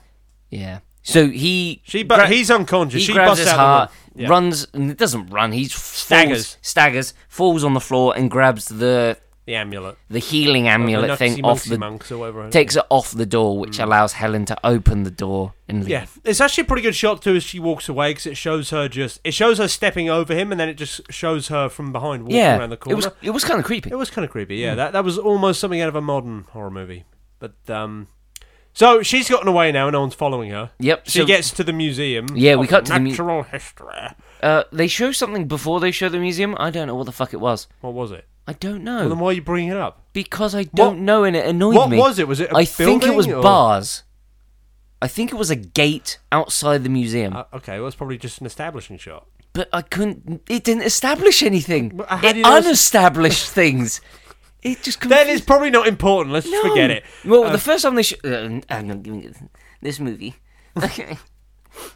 S1: Yeah. Yeah. So he
S2: She, but
S1: gra-
S2: he's unconscious.
S1: he
S2: she
S1: grabs
S2: busts
S1: his
S2: out
S1: heart,
S2: the room. Yeah.
S1: runs. It doesn't run. He staggers,
S2: Staggers.
S1: staggers, falls on the floor, and grabs the
S2: the amulet,
S1: the healing amulet
S2: the
S1: thing
S2: Nuxy
S1: off
S2: Munxy
S1: the
S2: monks or whatever.
S1: takes it off the door, which allows Helen to open the door and leave.
S2: Mm. yeah, it's actually a pretty good shot too as she walks away because it shows her just it shows her stepping over him and then it just shows her from behind walking
S1: Yeah,
S2: around the
S1: it
S2: corner.
S1: was Hmm. it was kind of creepy.
S2: It was kind of creepy, yeah. That that was almost something out of a modern horror movie. But um, so she's gotten away now, and no one's following her.
S1: Yep.
S2: She
S1: so,
S2: gets to the museum.
S1: Yeah, we
S2: of
S1: cut to the mu-
S2: natural history.
S1: uh, they show something before they show the museum. I don't know what the fuck it was.
S2: What was it?
S1: I don't know
S2: Then why are you bringing it up?
S1: because I don't know, and it annoyed
S2: What
S1: me.
S2: was it? Was it? a
S1: I think it
S2: building
S1: was
S2: or-
S1: bars. I think it was a gate outside the museum,
S2: Uh, okay, well, it's probably just an establishing shot.
S1: but I couldn't. It didn't establish anything.
S2: Well, how do
S1: It
S2: you know it's- <laughs>
S1: unestablished things. It just
S2: Then it's probably not important. Let's just
S1: No.
S2: forget it.
S1: Well, the first time they sh- uh, I'm not giving it this movie. <laughs> Okay,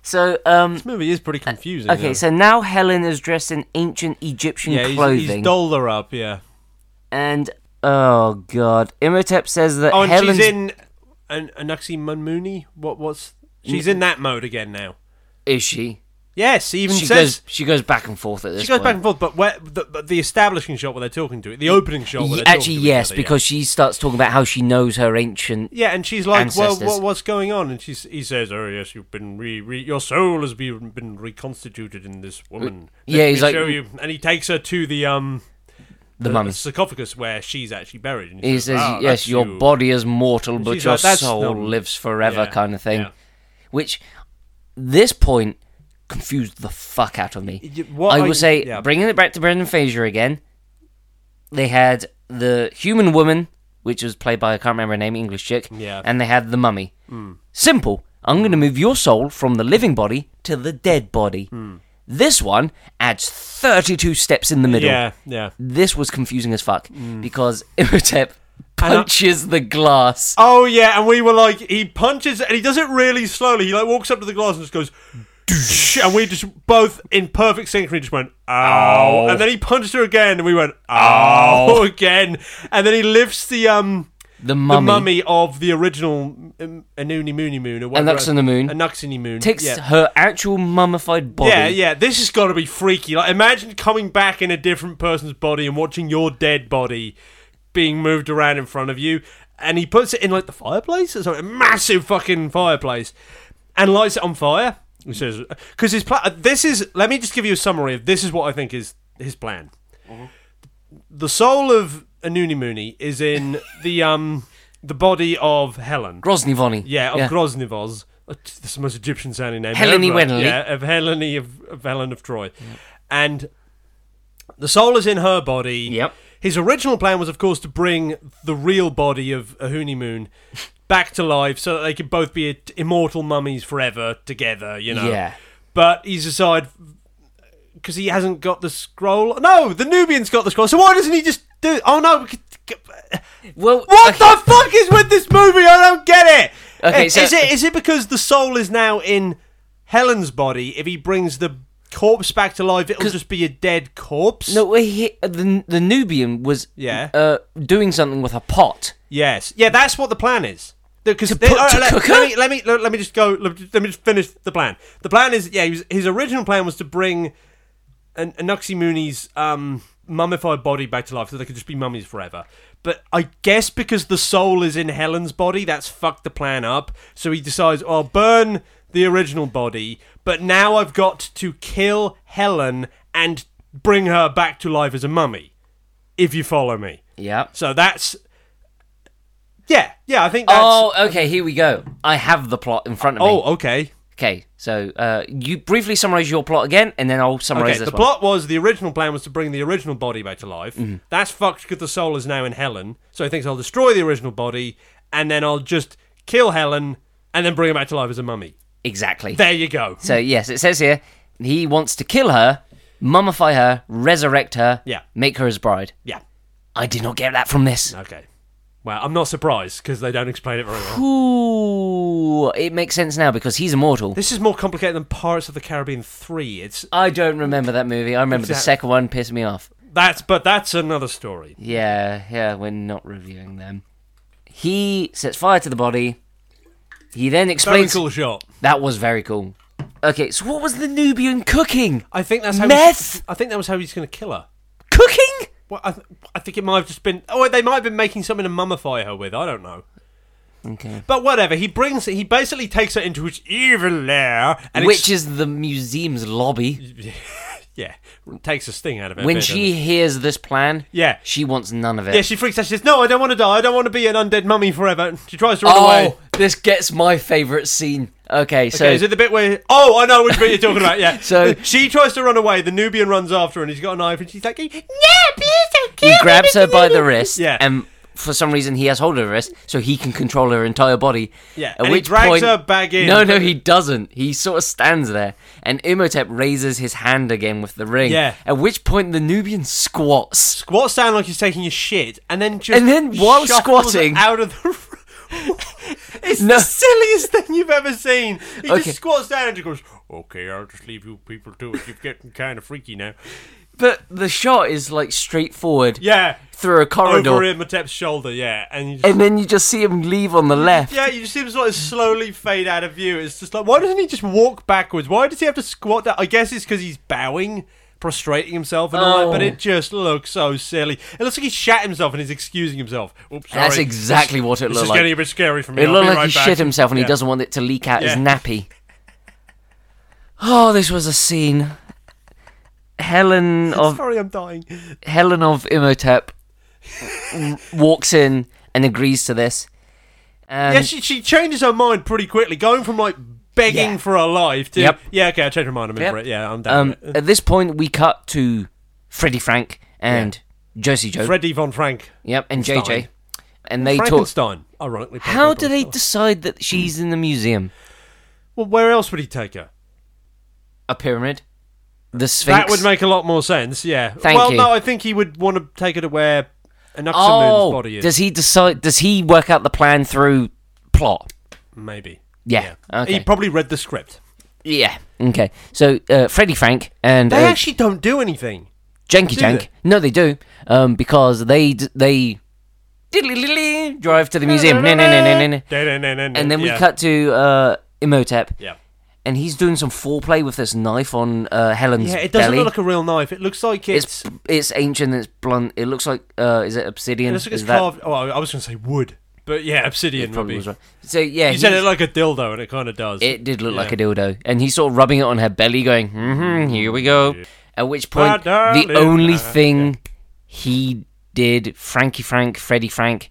S1: so um,
S2: This movie is pretty confusing.
S1: okay, so now Helen is dressed in ancient Egyptian
S2: yeah, he's,
S1: clothing,
S2: he's dolled her up. Yeah.
S1: and oh god, Imhotep says that
S2: Oh, and
S1: Helen's
S2: she's in an Anuxi Munmuni. What? What's?
S1: Mm.
S2: She's in that mode again now.
S1: is she?
S2: Yes, he even
S1: She
S2: says
S1: goes she goes back and forth at this.
S2: She goes
S1: point.
S2: back and forth, but where the, but the establishing shot where they're talking to it, the opening shot where
S1: Ye-
S2: they're
S1: actually,
S2: talking to each
S1: yes,
S2: other, yeah.
S1: because she starts talking about how she knows her ancient.
S2: yeah, and she's like, "Well,
S1: Ancestors.
S2: what, what's going on?" And she's he says, "Oh yes, you've been re, re your soul has been been reconstituted in this woman."
S1: Yeah,
S2: Let
S1: he's
S2: me
S1: like-
S2: show you, and he takes her to the um
S1: The mummy.
S2: sarcophagus where she's actually buried. And
S1: He says,
S2: "Ah,
S1: "Yes,
S2: that's
S1: your
S2: you."
S1: body is mortal, but
S2: she's
S1: your
S2: like, "That's
S1: soul
S2: not-
S1: lives forever,"
S2: Yeah,
S1: kind of thing.
S2: yeah.
S1: Which, this point, confused the fuck out of me.
S2: Y- what
S1: I
S2: I-
S1: will say,
S2: yeah.
S1: bringing it back to Brendan Fraser again. they had the human woman, which was played by I can't remember her name, English chick.
S2: Yeah. Hmm.
S1: And they had the mummy. Simple. I'm going to move your soul from the living body to the dead body.
S2: Hmm.
S1: This one adds 32 steps in the middle.
S2: Yeah, yeah.
S1: This was confusing as fuck
S2: Mm.
S1: because <laughs> Imhotep punches the glass.
S2: Oh yeah, and we were like, he punches and he does it really slowly. He like walks up to the glass and just goes, "Doosh," and we just both in perfect synchrony just went, ow. and then he punched her again, and we went, ow, <laughs> again, and then he lifts the um.
S1: The
S2: The
S1: mummy,
S2: mummy of the original um, Anuni Mooney Moon or whatever.
S1: Anuxina Moon.
S2: Anuxini Moon.
S1: takes
S2: yeah.
S1: her actual mummified body.
S2: Yeah, yeah. This has got to be freaky. Like, imagine coming back in a different person's body and watching your dead body being moved around in front of you. And he puts it in like the fireplace or something, a massive fucking fireplace, and lights it on fire. He says, "Because his plan. This is. Let me just give you a summary of this. Is what I think is his plan. The soul of Anuni Mooney is in the um the body of Helen.
S1: Grozny Vonny.
S2: Yeah, of Groznivoz. That's the most Egyptian sounding name.
S1: Helene
S2: ever.
S1: Wenley.
S2: Yeah, of Helen of, of Helen of Troy. And the soul is in her body.
S1: Yep.
S2: His original plan was, of course, to bring the real body of Ahuni Moon back to life so that they could both be immortal mummies forever together, you know?
S1: Yeah.
S2: But he's decided because he hasn't got the scroll. No, the Nubian's got the scroll. So why doesn't he just do? Oh no!
S1: Well,
S2: What
S1: okay.
S2: the fuck is with this movie? I don't get it.
S1: Okay,
S2: is,
S1: so-
S2: is it is it because the soul is now in Helen's body? If he brings the corpse back to life, it'll just be a dead corpse.
S1: No, well, he, the the Nubian was
S2: Yeah.
S1: uh, doing something with a pot.
S2: Yes. Yeah, that's what the plan is. Because
S1: To put- to
S2: let,
S1: cook
S2: let
S1: her?
S2: me let me let, let me just go. Let, me- let me just finish the plan. The plan is yeah. His, his original plan was to bring an Anuxi Mooney's um, mummified body back to life, so they could just be mummies forever. But I guess because the soul is in Helen's body, that's fucked the plan up. So he decides, oh, I'll burn the original body, but now I've got to kill Helen and bring her back to life as a mummy. If you follow me.
S1: Yeah.
S2: So that's yeah, yeah. I think that's oh,
S1: Oh, okay. Here we go. I have the plot in front of me.
S2: okay.
S1: Okay, so uh, you briefly summarize your plot again, and then I'll summarize
S2: Okay,
S1: this
S2: the
S1: one. Mm-hmm.
S2: plot was the original plan was to bring the original body back to life. That's fucked because the soul is now in Helen, so he thinks I'll destroy the original body and then I'll just kill Helen and then bring her back to life as a mummy.
S1: Exactly.
S2: There you go.
S1: so yes, it says here he wants to kill her, mummify her, resurrect her,
S2: Yeah.
S1: make her his bride.
S2: Yeah.
S1: I did not get that from this.
S2: Okay. Well, I'm not surprised because they don't explain it very well.
S1: Ooh, it makes sense now because he's immortal.
S2: This is more complicated than Pirates of the Caribbean Three. It's
S1: I don't remember that movie. I remember the
S2: Exact-
S1: second one pissed me off.
S2: that's but that's another story.
S1: Yeah, yeah, we're not reviewing them. He sets fire to the body. He then
S2: Very
S1: explains
S2: cool shot.
S1: that was very cool. Okay, so what was the Nubian cooking?
S2: I think that's how
S1: Meth?
S2: He's, I think that was how he's going to kill her.
S1: Cooking?
S2: Well, I, th- I think it might have just been. Oh, they might have been making something to mummify her with. I don't know.
S1: Okay.
S2: But whatever. He brings. He basically takes her into his evil lair, and
S1: Which is the museum's lobby.
S2: yeah, takes a sting out of it. a
S1: When
S2: bit,
S1: she
S2: doesn't it?
S1: hears this plan,
S2: yeah.
S1: she wants none of it.
S2: Yeah, she freaks out. She says, "No, I don't want to die. I don't want to be an undead mummy forever." She tries to run away.
S1: oh, this gets my favourite scene. Okay, so
S2: Okay, is it the bit where? Oh, I know which bit you're talking about. Yeah.
S1: <laughs> So-
S2: she tries to run away. The Nubian runs after, her and he's got a knife, and she's like, "No, please don't kill
S1: he
S2: me."
S1: grabs her by the wrist,
S2: Yeah.
S1: and for some reason he has hold of her wrist, so he can control her entire body.
S2: Yeah,
S1: At
S2: and he
S1: which
S2: drags
S1: point,
S2: her back in.
S1: No, no, he doesn't. He sort of stands there, and Imhotep raises his hand again with the ring.
S2: Yeah.
S1: At which point the Nubian squats.
S2: squat sound like he's taking a shit, and then just
S1: And then while
S2: shuffles
S1: squatting-
S2: out of
S1: <laughs>
S2: the room. it's
S1: No.
S2: the silliest thing you've ever seen. He
S1: Okay.
S2: just squats down and just goes, "Okay, I'll just leave you people to it. You're getting kind of freaky now."
S1: But the shot is like straightforward
S2: Yeah,
S1: through a corridor,
S2: over Imhotep's shoulder. Yeah, and you just,
S1: and then you just see him leave on the left.
S2: yeah, you just see him sort of slowly fade out of view. It's just like, why doesn't he just walk backwards? Why does he have to squat down? I guess it's because he's bowing. Prostrating himself and all
S1: Oh.
S2: that, but it just looks so silly. It looks like he shat himself and he's excusing himself. Oops, sorry.
S1: That's exactly what it
S2: This
S1: looked
S2: is
S1: like.
S2: getting a bit scary for me.
S1: It
S2: I'll
S1: looked
S2: be
S1: like
S2: right
S1: he
S2: back.
S1: shit himself and
S2: Yeah.
S1: he
S2: <laughs>
S1: doesn't want it to leak out his
S2: Yeah.
S1: nappy. Oh, this was a scene. Helen of
S2: Sorry, I'm dying.
S1: Helen of Imhotep w- <laughs> walks in and agrees to this. And
S2: Yeah, she, she changes her mind pretty quickly, going from like begging
S1: Yeah.
S2: for her life to
S1: Yep.
S2: yeah, okay, I changed my mind. I'm in
S1: Yep.
S2: for it. Yeah, I'm down.
S1: um,
S2: with it.
S1: at this point, we cut to Freddie Frank and Josie Joe.
S2: Freddie von Frank.
S1: yep, and JJ.
S2: Stein.
S1: And they talk.
S2: Frankenstein, ironically. played
S1: How
S2: by
S1: do
S2: Bruce
S1: they
S2: Willis.
S1: decide that she's in the museum?
S2: Well, where else would he take her?
S1: A pyramid? The Sphinx?
S2: That would make a lot more sense, yeah.
S1: Thank
S2: well,
S1: you.
S2: no, I think he would want to take her to where Anuxamun's
S1: oh,
S2: body is.
S1: does he decide? Does he work out the plan through plot?
S2: Maybe.
S1: Yeah, okay.
S2: He probably read the script.
S1: Yeah. Okay. So uh, Freddie Frank and
S2: They
S1: uh,
S2: actually don't do anything.
S1: Janky
S2: do
S1: Jank.
S2: they?
S1: No, they do. Um, because they d- they diddly-diddly drive to the museum. No, no, no, no, no, no. And
S2: And
S1: then we cut to uh, Imhotep,
S2: Yeah.
S1: and he's doing some foreplay with this knife on uh, Helen's
S2: Yeah, it doesn't
S1: belly.
S2: look like a real knife. It looks like it's.
S1: it's it's ancient. It's blunt. It looks like uh, is it
S2: it
S1: obsidian?
S2: looks like it's
S1: is that-
S2: carved. Oh, I was going to say wood. But yeah, obsidian would
S1: probably
S2: be.
S1: was right. So yeah,
S2: You said
S1: he's-
S2: it like a dildo, and it kind of does.
S1: It did look
S2: Yeah.
S1: like a dildo, and he's sort of rubbing it on her belly, going, mm-hmm, "Here we go." At which point,
S2: Ah,
S1: the
S2: darling.
S1: only
S2: Ah,
S1: thing he did, Frankie Frank, Freddie Frank,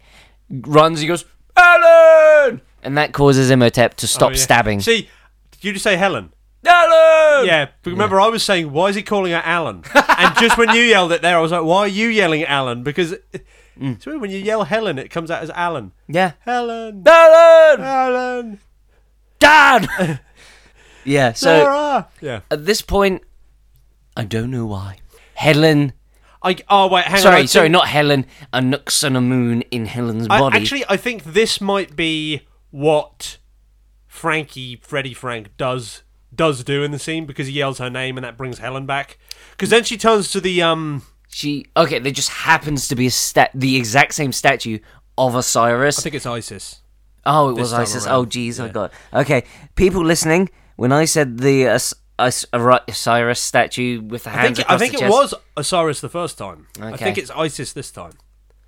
S1: runs. He goes, "Alan," and that causes Imhotep to stop
S2: Oh, yeah.
S1: stabbing.
S2: See, did you just say Helen?
S1: Alan.
S2: Yeah, but remember I was saying, why is he calling her Alan? and just when you yelled it there, I was like, why are you yelling Alan? Because
S1: Mm.
S2: it's weird when you yell Helen, it comes out as Alan.
S1: yeah,
S2: Helen,
S1: Alan,
S2: Alan, <laughs>
S1: Dad. yeah. So
S2: Sarah. Yeah.
S1: at this point, I don't know why Helen.
S2: I, oh wait, hang on. I
S1: Sorry,
S2: think-
S1: sorry, not Helen. A nooks and a moon in Helen's
S2: I-
S1: body.
S2: actually, I think this might be what Frankie Freddy Frank does does do in the scene because he yells her name and that brings Helen back. Because then she turns to the um.
S1: She okay. There just happens to be a stat, the exact same statue of Osiris.
S2: I think it's Isis.
S1: oh, it was
S2: time
S1: Isis.
S2: around,
S1: Oh, jeez, I got okay. People listening, when I said the Os- Os- Ori- Osiris statue with the
S2: I
S1: hands
S2: think, I
S1: across
S2: think
S1: the
S2: it
S1: chest-
S2: was Osiris the first time. I
S1: Okay.
S2: think it's Isis this time.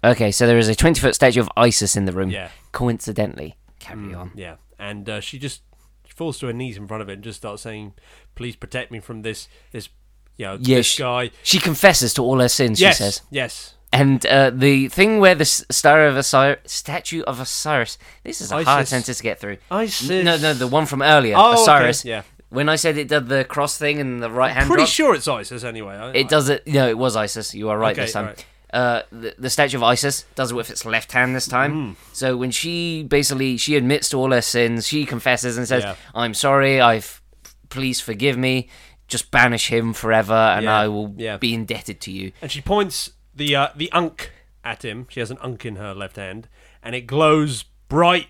S1: Okay, so there is a twenty-foot statue of Isis in the room.
S2: Yeah. Hmm.
S1: Coincidentally, carry on.
S2: Yeah, and uh, she just she falls to her knees in front of it and just starts saying, "Please protect me from this this you know
S1: Yeah,
S2: this
S1: she-
S2: guy."
S1: She confesses to all her sins.
S2: Yes,
S1: She says,
S2: yes.
S1: and uh, the thing where the s- star of Osir statue of Osiris. This is a hard
S2: Isis.
S1: sentence to get through.
S2: Isis.
S1: No, no, the one from earlier,
S2: Oh, okay,
S1: Osiris.
S2: yeah.
S1: When I said it did the cross thing and the right hand,
S2: Pretty
S1: drop,
S2: sure it's Isis anyway. I,
S1: It does it. No, it was ISIS. You are right
S2: Okay,
S1: this time.
S2: right.
S1: Uh, the, the statue of Isis does it with its left hand this time.
S2: Mm.
S1: So when she basically she admits to all her sins, she confesses and says,
S2: Yeah.
S1: "I'm sorry. I've please forgive me. Just banish him forever, and
S2: Yeah,
S1: I will
S2: yeah.
S1: be indebted to you."
S2: and she points the uh, the unk at him. She has an unk in her left hand, and it glows bright.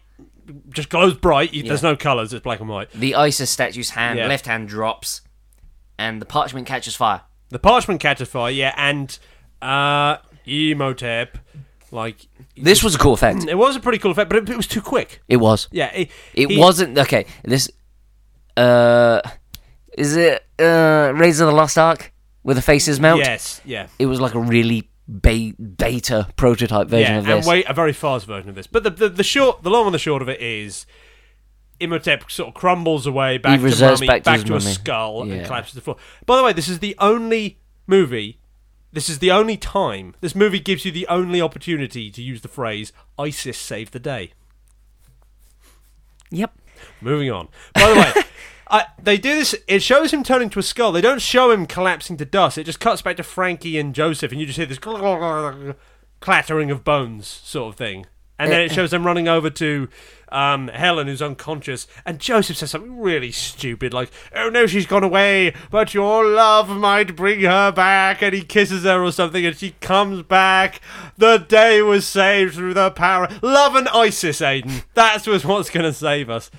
S2: Just glows bright. You- There's no colours. It's black and white.
S1: The Isis statue's hand,
S2: Yeah.
S1: left hand drops, and the parchment catches fire.
S2: The parchment catches fire. Yeah, and uh, Emotep, like
S1: This was a cool effect.
S2: it was a pretty cool effect, but it, it was too quick.
S1: It was.
S2: Yeah, it,
S1: It
S2: he-
S1: wasn't okay. This, uh, is it uh, Raiders of the Lost Ark where the faces melt?
S2: Yes, yeah.
S1: It was like a really be- beta prototype version
S2: yeah,
S1: of this.
S2: and wait, a very fast version of this. But the, the the short, the long and the short of it is, Imhotep sort of crumbles away back to
S1: reverts
S2: mummy,
S1: back
S2: back,
S1: to his
S2: to, a
S1: mummy.
S2: skull,
S1: Yeah.
S2: and collapses to the floor. By the way, this is the only movie. This is the only time this movie gives you the only opportunity to use the phrase "ISIS saved the day."
S1: yep.
S2: Moving on. By the way, I, they do this. It shows him turning to a skull. They don't show him collapsing to dust. It just cuts back to Frankie and Joseph, and you just hear this <laughs> clattering of bones, sort of thing. And then it shows them running over to um, Helen, who's unconscious, and Joseph says something really stupid, like, "Oh no, she's gone away, but your love might bring her back." And he kisses her or something, and she comes back. The day was saved through the power, love and ISIS, Aiden. That's was what's gonna save us.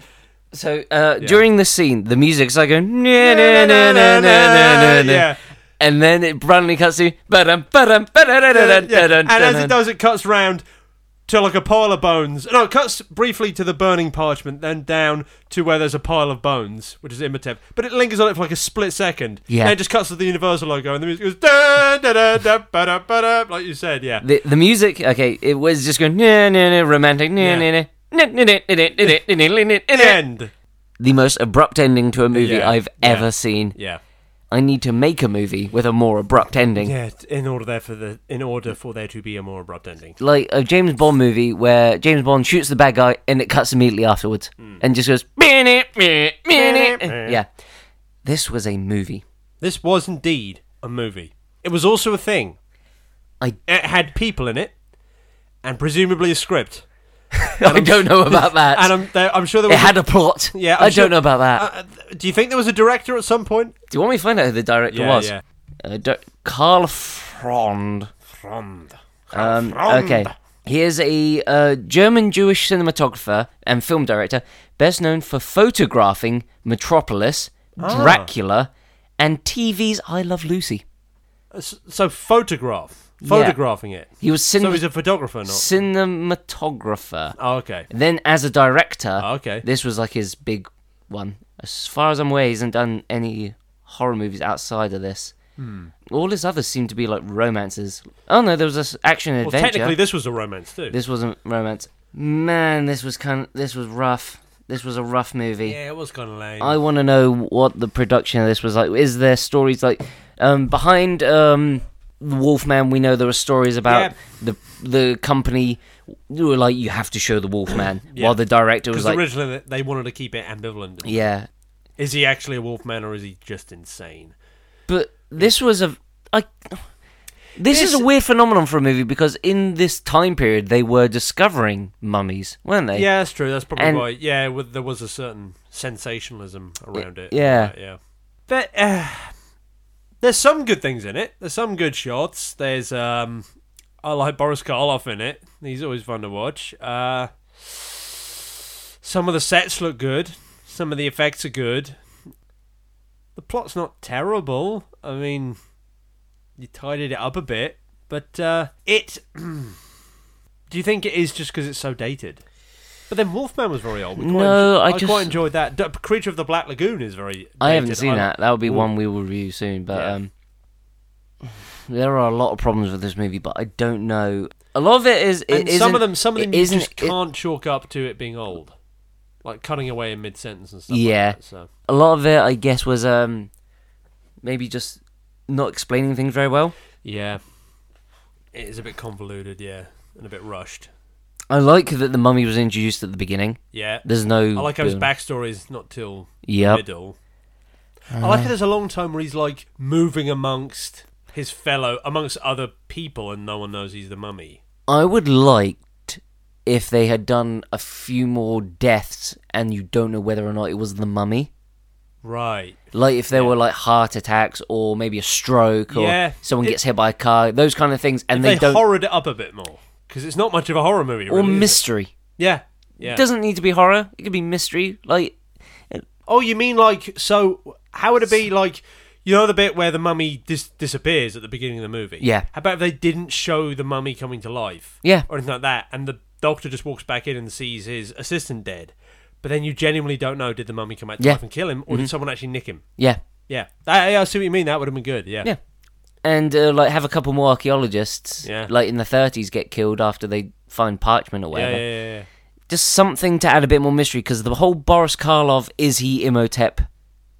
S1: So uh, during this scene, the music's like going na na na na na na na, na,
S2: Yeah.
S1: and then it randomly cuts to ba-dum, ba-dum, ba-da-da-da-dun,
S2: Yeah.
S1: da-dun,
S2: And as
S1: da-dun.
S2: it does, it cuts round to like a pile of bones. No, it cuts briefly to the burning parchment, then down to where there's a pile of bones, which is Imhotep. But it lingers on it for like a split second.
S1: Yeah.
S2: And it just cuts to the Universal logo, and the music goes da da da da ba da ba da, like you said, yeah.
S1: the the music, okay, it was just going na na na romantic na
S2: Yeah.
S1: na na. na, na, na, na, na, na, na, na, na, na, na, na."
S2: End.
S1: The most abrupt ending to a movie
S2: Yeah,
S1: I've
S2: yeah.
S1: ever seen.
S2: Yeah.
S1: I need to make a movie with a more abrupt ending.
S2: Yeah. t- In order there for the in order for there to be a more abrupt ending.
S1: like a James Bond movie where James Bond shoots the bad guy and it cuts immediately afterwards
S2: Hmm.
S1: and just goes minute minute minute. Yeah, this was a movie.
S2: This was indeed a movie. It was also a thing.
S1: I-
S2: it had people in it, and presumably a script.
S1: <laughs> I don't know about that.
S2: And I'm, there, I'm sure there
S1: it
S2: was. a-
S1: had a plot.
S2: Yeah, I'm
S1: I
S2: sure-
S1: don't know about that.
S2: uh, do you think there was a director at some point?
S1: Do you want me to find out who the director
S2: Yeah,
S1: was?
S2: yeah.
S1: Uh, di- Carl Frond.
S2: From
S1: Um, okay. He is a uh, German Jewish cinematographer and film director, best known for photographing Metropolis,
S2: Ah.
S1: Dracula, and TV's I Love Lucy.
S2: So photograph, photographing it.
S1: He was cin-
S2: So he's a photographer, not.
S1: cinematographer.
S2: Oh, okay.
S1: Then, as a director,
S2: Oh, okay.
S1: this was like his big one. As far as I'm aware, he hasn't done any horror movies outside of this.
S2: Hmm.
S1: All his others seem to be like romances. Oh no, there was this action
S2: Well,
S1: adventure.
S2: technically, this was a romance too.
S1: this wasn't romance. Man, this was kind. this was rough. This was a rough movie.
S2: yeah, it was kind of lame.
S1: I want to know what the production of this was like. Is there stories like um, behind um, the Wolfman? We know there are stories about the the company who were like you have to show the Wolfman,
S2: <clears throat> Yeah.
S1: while the director was
S2: Because
S1: like,
S2: originally they- they wanted to keep it ambivalent.
S1: yeah.
S2: Is he actually a wolf man or is he just insane?
S1: But this was a I. This, is
S2: This-
S1: a weird phenomenon for a movie because in this time period they were discovering mummies, weren't they?
S2: Yeah, that's true. That's probably
S1: And-
S2: why. Yeah, with, there was a certain sensationalism around it.
S1: yeah.
S2: Right, yeah. But uh, there's some good things in it. There's some good shots. There's um, I like Boris Karloff in it. He's always fun to watch. Uh, some of the sets look good. Some of the effects are good. The plot's not terrible. I mean, you tidied it up a bit, but uh, it. <clears throat> Do you think it is just because it's so dated? But then Wolfman was very old. We quite
S1: No,
S2: enjo-
S1: I
S2: I,
S1: just-
S2: quite enjoyed that. D- Creature of the Black Lagoon is very.
S1: I haven't
S2: dated.
S1: seen
S2: I-
S1: that. That will be one we will review soon. But
S2: Yeah.
S1: um, there are a lot of problems with this movie. But I don't know. A lot of it is. It
S2: and some
S1: isn't-
S2: of them, some of
S1: it
S2: them, you
S1: isn't-
S2: just
S1: it-
S2: can't chalk up to it being old, like cutting away in mid sentence and stuff.
S1: Yeah.
S2: Like that, so
S1: a lot of it, I guess, was um, maybe just not explaining things very well.
S2: yeah, it is a bit convoluted. Yeah, and a bit rushed.
S1: I like that the mummy was introduced at the beginning.
S2: Yeah.
S1: There's no.
S2: I like how his backstory is not till
S1: Yep.
S2: middle. I like how there's a long time where he's like moving amongst his fellow, amongst other people, and no one knows he's the mummy.
S1: I would liked if they had done a few more deaths, and you don't know whether or not it was the mummy.
S2: Right.
S1: Like if there were like heart attacks or maybe a stroke or
S2: Yeah.
S1: someone
S2: It-
S1: gets hit by a car, those kind of things, and
S2: They,
S1: they, don't
S2: horrored it up a bit more because it's not much of a horror movie.
S1: or
S2: really, is it?
S1: mystery.
S2: Yeah. Yeah.
S1: It doesn't need to be horror. It could be mystery. Like
S2: Oh, you mean like so? How would it be like? You know the bit where the mummy dis- disappears at the beginning of the movie.
S1: Yeah.
S2: How about if they didn't show the mummy coming to life?
S1: Yeah.
S2: Or anything like that, and the doctor just walks back in and sees his assistant dead, but then you genuinely don't know did the mummy come back to
S1: Yeah. Mm-hmm.
S2: life and kill him, or did someone actually nick him?
S1: yeah,
S2: Yeah. That, yeah, I see what you mean. That would have been good. Yeah.
S1: yeah, and uh, like have a couple more archaeologists,
S2: Yeah.
S1: like in the thirties, get killed after they find parchment or
S2: Yeah.
S1: whatever.
S2: Yeah. yeah, yeah.
S1: Just something to add a bit more mystery because the whole Boris Karloff is he Imhotep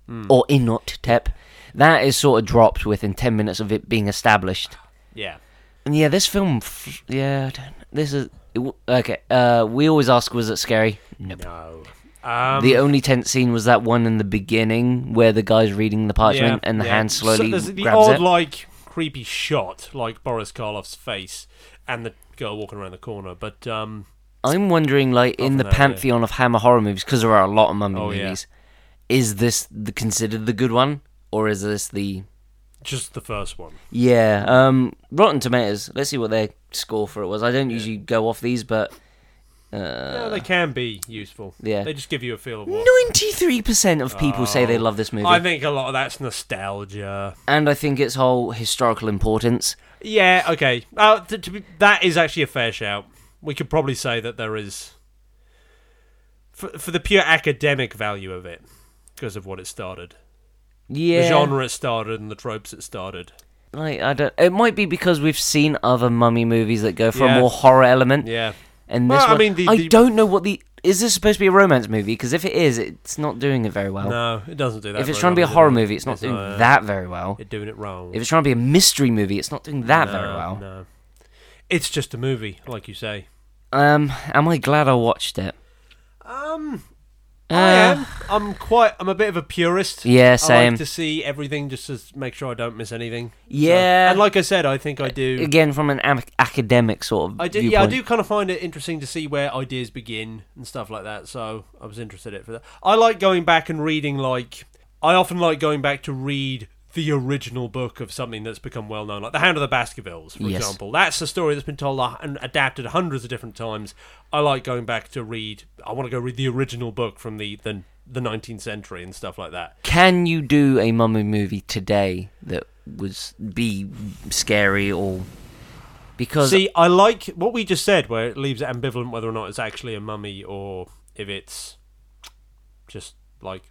S2: Hmm.
S1: or Inhotep. That is sort of dropped within ten minutes of it being established.
S2: Yeah.
S1: And yeah, this film. f- Yeah, I don't, this is it w- okay. Uh, we always ask, was it scary? Nope.
S2: No. Um,
S1: The only tense scene was that one in the beginning where the guy's reading the parchment and the
S2: yeah.
S1: hand slowly
S2: so there's the
S1: grabs
S2: odd
S1: it.
S2: like creepy shot like Boris Karloff's face and the girl walking around the corner, but um.
S1: I'm wondering, like, in
S2: from
S1: the
S2: that, yeah.
S1: pantheon of Hammer horror movies, because there are a lot of mummy
S2: Oh, yeah.
S1: movies, is this the, considered the good one, or is this the
S2: Just the first one.
S1: yeah? Um, Rotten Tomatoes. Let's see what their score for it was. I don't usually go off these, but
S2: no, they can be useful.
S1: Uh, yeah.
S2: They just give you a feel of what.
S1: ninety-three percent of people say they
S2: Oh,
S1: love this movie.
S2: I think a lot of that's nostalgia.
S1: and I think its whole historical importance.
S2: Yeah, okay. Uh, th- to be, that is actually a fair shout. We could probably say that there is. For, for the pure academic value of it, because of what it started.
S1: Yeah,
S2: The genre it started and the tropes it started.
S1: Like I don't. It might be because we've seen other mummy movies that go for
S2: Yeah.
S1: a more horror element,
S2: Yeah.
S1: and this
S2: Well, I
S1: one.
S2: mean, the-
S1: I
S2: the-
S1: don't know what the is this supposed to be a romance movie? Because if it is, it's not doing it very well.
S2: No, it doesn't do that.
S1: Oh. if it's
S2: very
S1: trying to be a
S2: well, does
S1: horror
S2: it?
S1: movie, it's not doing that very well.
S2: It's doing it wrong.
S1: If it's trying to be a mystery movie, it's not doing that very
S2: No,
S1: well.
S2: No. It's just a movie, like you say.
S1: Um, am I glad I watched it?
S2: Um, I am. I'm quite. I'm a bit of a purist.
S1: Yeah,
S2: I
S1: same.
S2: like to see everything just to s- make sure I don't miss anything.
S1: Yeah.
S2: and like I said, I think I do.
S1: Again, from an am- academic sort of
S2: I do. Yeah, I
S1: viewpoint.
S2: do kind of find it interesting to see where ideas begin and stuff like that. So I was interested in it for that. I like going back and reading. Like I often like going back to read the original book of something that's become well known, like The Hound of the Baskervilles, for
S1: Yes.
S2: example. That's a story that's been told a- and adapted hundreds of different times. I like going back to read. I want to go read the original book from the the, the 19th century and stuff like that.
S1: Can you do a mummy movie today that was be scary or because
S2: See, I like what we just said, where it leaves it ambivalent whether or not it's actually a mummy or if it's just like,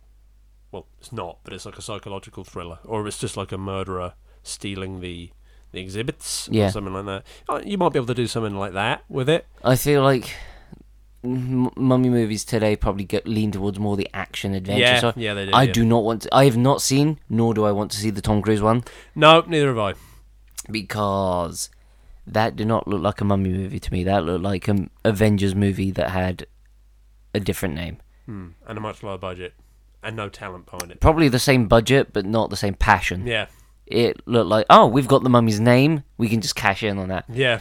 S2: well, it's not, but it's like a psychological thriller, or if it's just like a murderer stealing the the exhibits
S1: Yeah.
S2: or something like that. Oh, You might be able to do something like that with it.
S1: I feel like m- mummy movies today probably get, lean towards more the action adventure
S2: Yeah,
S1: side.
S2: yeah, they do,
S1: I
S2: yeah.
S1: do not want. To, I have not seen, nor do I want to see the Tom Cruise one
S2: No, neither have I.
S1: because that did not look like a mummy movie to me. That looked like an Avengers movie that had a different name.
S2: Hmm. And a much lower budget, and no talent behind it.
S1: Probably the same budget, but not the same passion.
S2: Yeah,
S1: It looked like, oh, we've got the mummy's name. We can just cash in on that.
S2: yeah.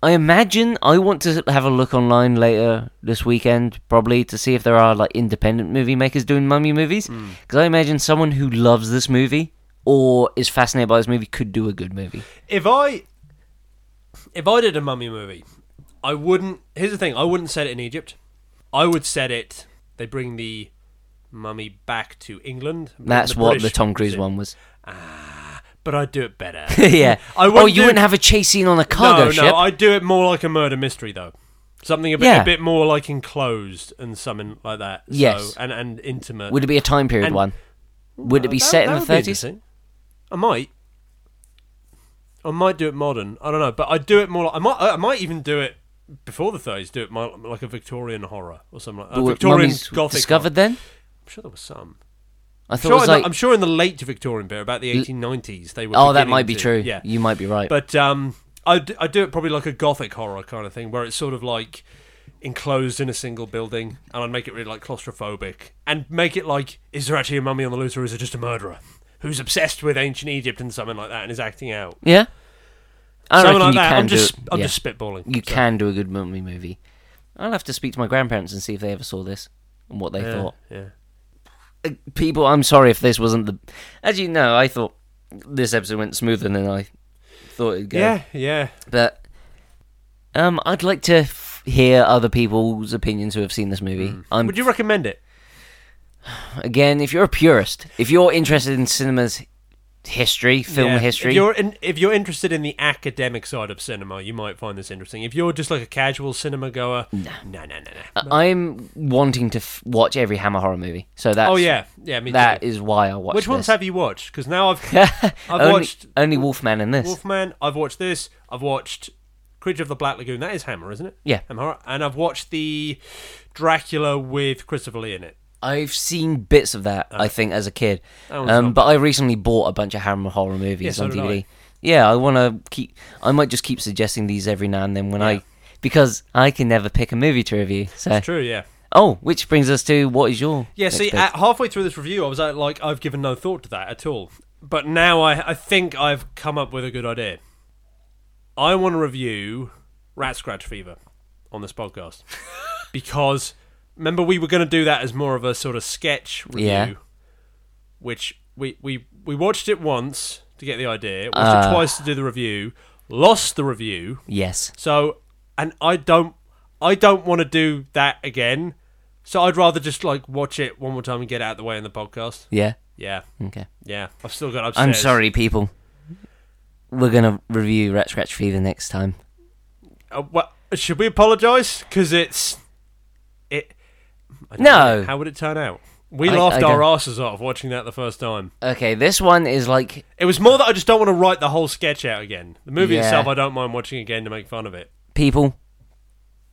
S1: I imagine I want to have a look online later this weekend, probably to see if there are like independent movie makers doing mummy movies.
S2: Hmm.
S1: Because I imagine someone who loves this movie or is fascinated by this movie could do a good movie.
S2: If I if I did a mummy movie, I wouldn't. Here's the thing: I wouldn't set it in Egypt. I would set it. They bring the mummy back to England. and bring
S1: That's what the
S2: British
S1: Tom Cruise
S2: in.
S1: one was. <laughs>
S2: But I'd do it better.
S1: yeah.
S2: I
S1: oh,
S2: wouldn't
S1: you
S2: do-
S1: wouldn't have a chase scene on a cargo
S2: no,
S1: ship.
S2: no, I'd do it more like a murder mystery though. Something a bit,
S1: Yeah.
S2: a bit more like enclosed and something like that. So-
S1: Yes.
S2: and and intimate.
S1: Would it be a time period
S2: And-
S1: one? Would it be
S2: That-
S1: set
S2: that
S1: in the
S2: would be
S1: thirties?
S2: interesting. I might. I might do it modern. I don't know, but I do it more. Like, I might. I might even do it before the thirties. Do it more, like a Victorian horror or something. like that. Victorian
S1: Mummies
S2: Gothic.
S1: discovered
S2: horror.
S1: then?
S2: I'm sure there was some.
S1: I
S2: I'm
S1: thought
S2: sure,
S1: it was
S2: in the-
S1: like.
S2: I'm sure in the late Victorian bit, about the 1890s, they were.
S1: oh, that
S2: beginning
S1: might be
S2: to-
S1: true.
S2: Yeah,
S1: You might be right.
S2: but um, I d- I do it probably like a gothic horror kind of thing, where it's sort of like enclosed in a single building, and I'd make it really like claustrophobic, and make it like, is there actually a mummy on the loose, or is it just a murderer who's obsessed with ancient Egypt and something like that, and is acting out?
S1: yeah. I reckon
S2: something like
S1: you
S2: that.
S1: can
S2: I'm
S1: do
S2: just
S1: it.
S2: I'm
S1: Yeah.
S2: just spitballing.
S1: You
S2: So,
S1: can do a good mummy movie. I'll have to speak to my grandparents and see if they ever saw this and what they
S2: yeah,
S1: thought.
S2: Yeah.
S1: Uh, People, I'm sorry if this wasn't the. As you know, I thought this episode went smoother than I thought it'd go.
S2: yeah, yeah,
S1: But um, I'd like to f- hear other people's opinions who have seen this movie. I'm
S2: Would you recommend it?
S1: again, if you're a purist, if you're interested in cinema's history, film
S2: Yeah.
S1: history,
S2: If you're in, if you're interested in the academic side of cinema, you might find this interesting. If you're just like a casual cinema goer, no, no, no, no.
S1: I- I'm wanting to f- watch every Hammer horror movie. So that's
S2: oh yeah, yeah. Me
S1: that
S2: too.
S1: is why I watch.
S2: Which ones
S1: this.
S2: have you watched? Because
S1: <laughs>
S2: now I've <laughs> I've
S1: only,
S2: watched
S1: only Wolfman and this.
S2: Wolfman. I've watched this. I've watched Creature of the Black Lagoon. That is Hammer, isn't it?
S1: Yeah.
S2: Hammer. horror. And I've watched the Dracula with Christopher Lee in it.
S1: I've seen bits of that, I think, as a kid.
S2: Oh. That one's
S1: Um,
S2: not
S1: but I recently bought a bunch of Hammer horror movies
S2: Yeah, so
S1: on
S2: did I.
S1: DVD. Yeah, I want to keep. I might just keep suggesting these every now and then when
S2: Yeah.
S1: I. Because I can never pick a movie to review. So,
S2: True. Yeah.
S1: oh, which brings us to what is your?
S2: Yeah.
S1: next
S2: See,
S1: pick?
S2: at halfway through this review, I was uh, like, I've given no thought to that at all. But now I I think I've come up with a good idea. I want to review Rat Scratch Fever on
S1: <laughs>
S2: this podcast because remember we were going to do that as more of a sort of sketch review,
S1: Yeah.
S2: which we we we watched it once to get the idea, watched
S1: Uh.
S2: it twice to do the review, lost the review,
S1: yes,
S2: so and I don't I don't want to do that again. So I'd rather just like watch it one more time and get it out of the way in the podcast.
S1: yeah,
S2: Yeah.
S1: okay.
S2: Yeah. I've still got upstairs.
S1: I'm sorry, people. We're gonna review Rat Scratch Fever next time.
S2: Uh, well, should we apologize cuz it's it I don't
S1: No.
S2: know. How would it turn out? We
S1: I-
S2: laughed
S1: I
S2: our
S1: don't-
S2: asses off watching that the first time.
S1: Okay, this one is like
S2: It was more that I just don't want to write the whole sketch out again. The movie
S1: Yeah.
S2: itself I don't mind watching again to make fun of it.
S1: people.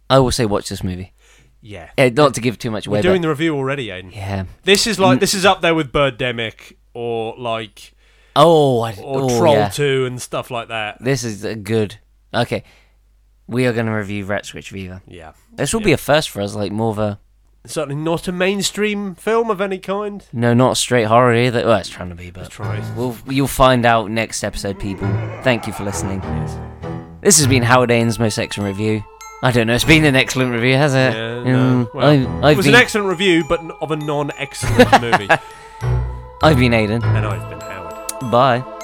S1: I will say, watch this movie.
S2: Yeah.
S1: Eh, not to give too much away,
S2: We're
S1: but
S2: doing the review already, Aiden.
S1: yeah. Mm.
S2: This is like this is up there with Birdemic or like
S1: Oh, I,
S2: or
S1: oh,
S2: Troll
S1: yeah.
S2: 2 and stuff like that.
S1: This is a good. Okay, we are going to review Rat Switch Fever.
S2: Yeah.
S1: This will be a first for us, like more of a
S2: certainly not a mainstream film of any kind.
S1: No, not a straight horror either. Well, it's trying to be, but
S2: Try.
S1: we'll, you'll find out next episode, people. Thank you for listening. This has been Howard Ains's most excellent review. I don't know. It's been an excellent review, has it?
S2: Yeah,
S1: Um,
S2: no, well,
S1: I've,
S2: it
S1: I've,
S2: was
S1: been,
S2: an excellent review,
S1: <laughs>
S2: but n- of a non-excellent movie,
S1: I've been Aiden.
S2: and I've been Howard.
S1: Bye.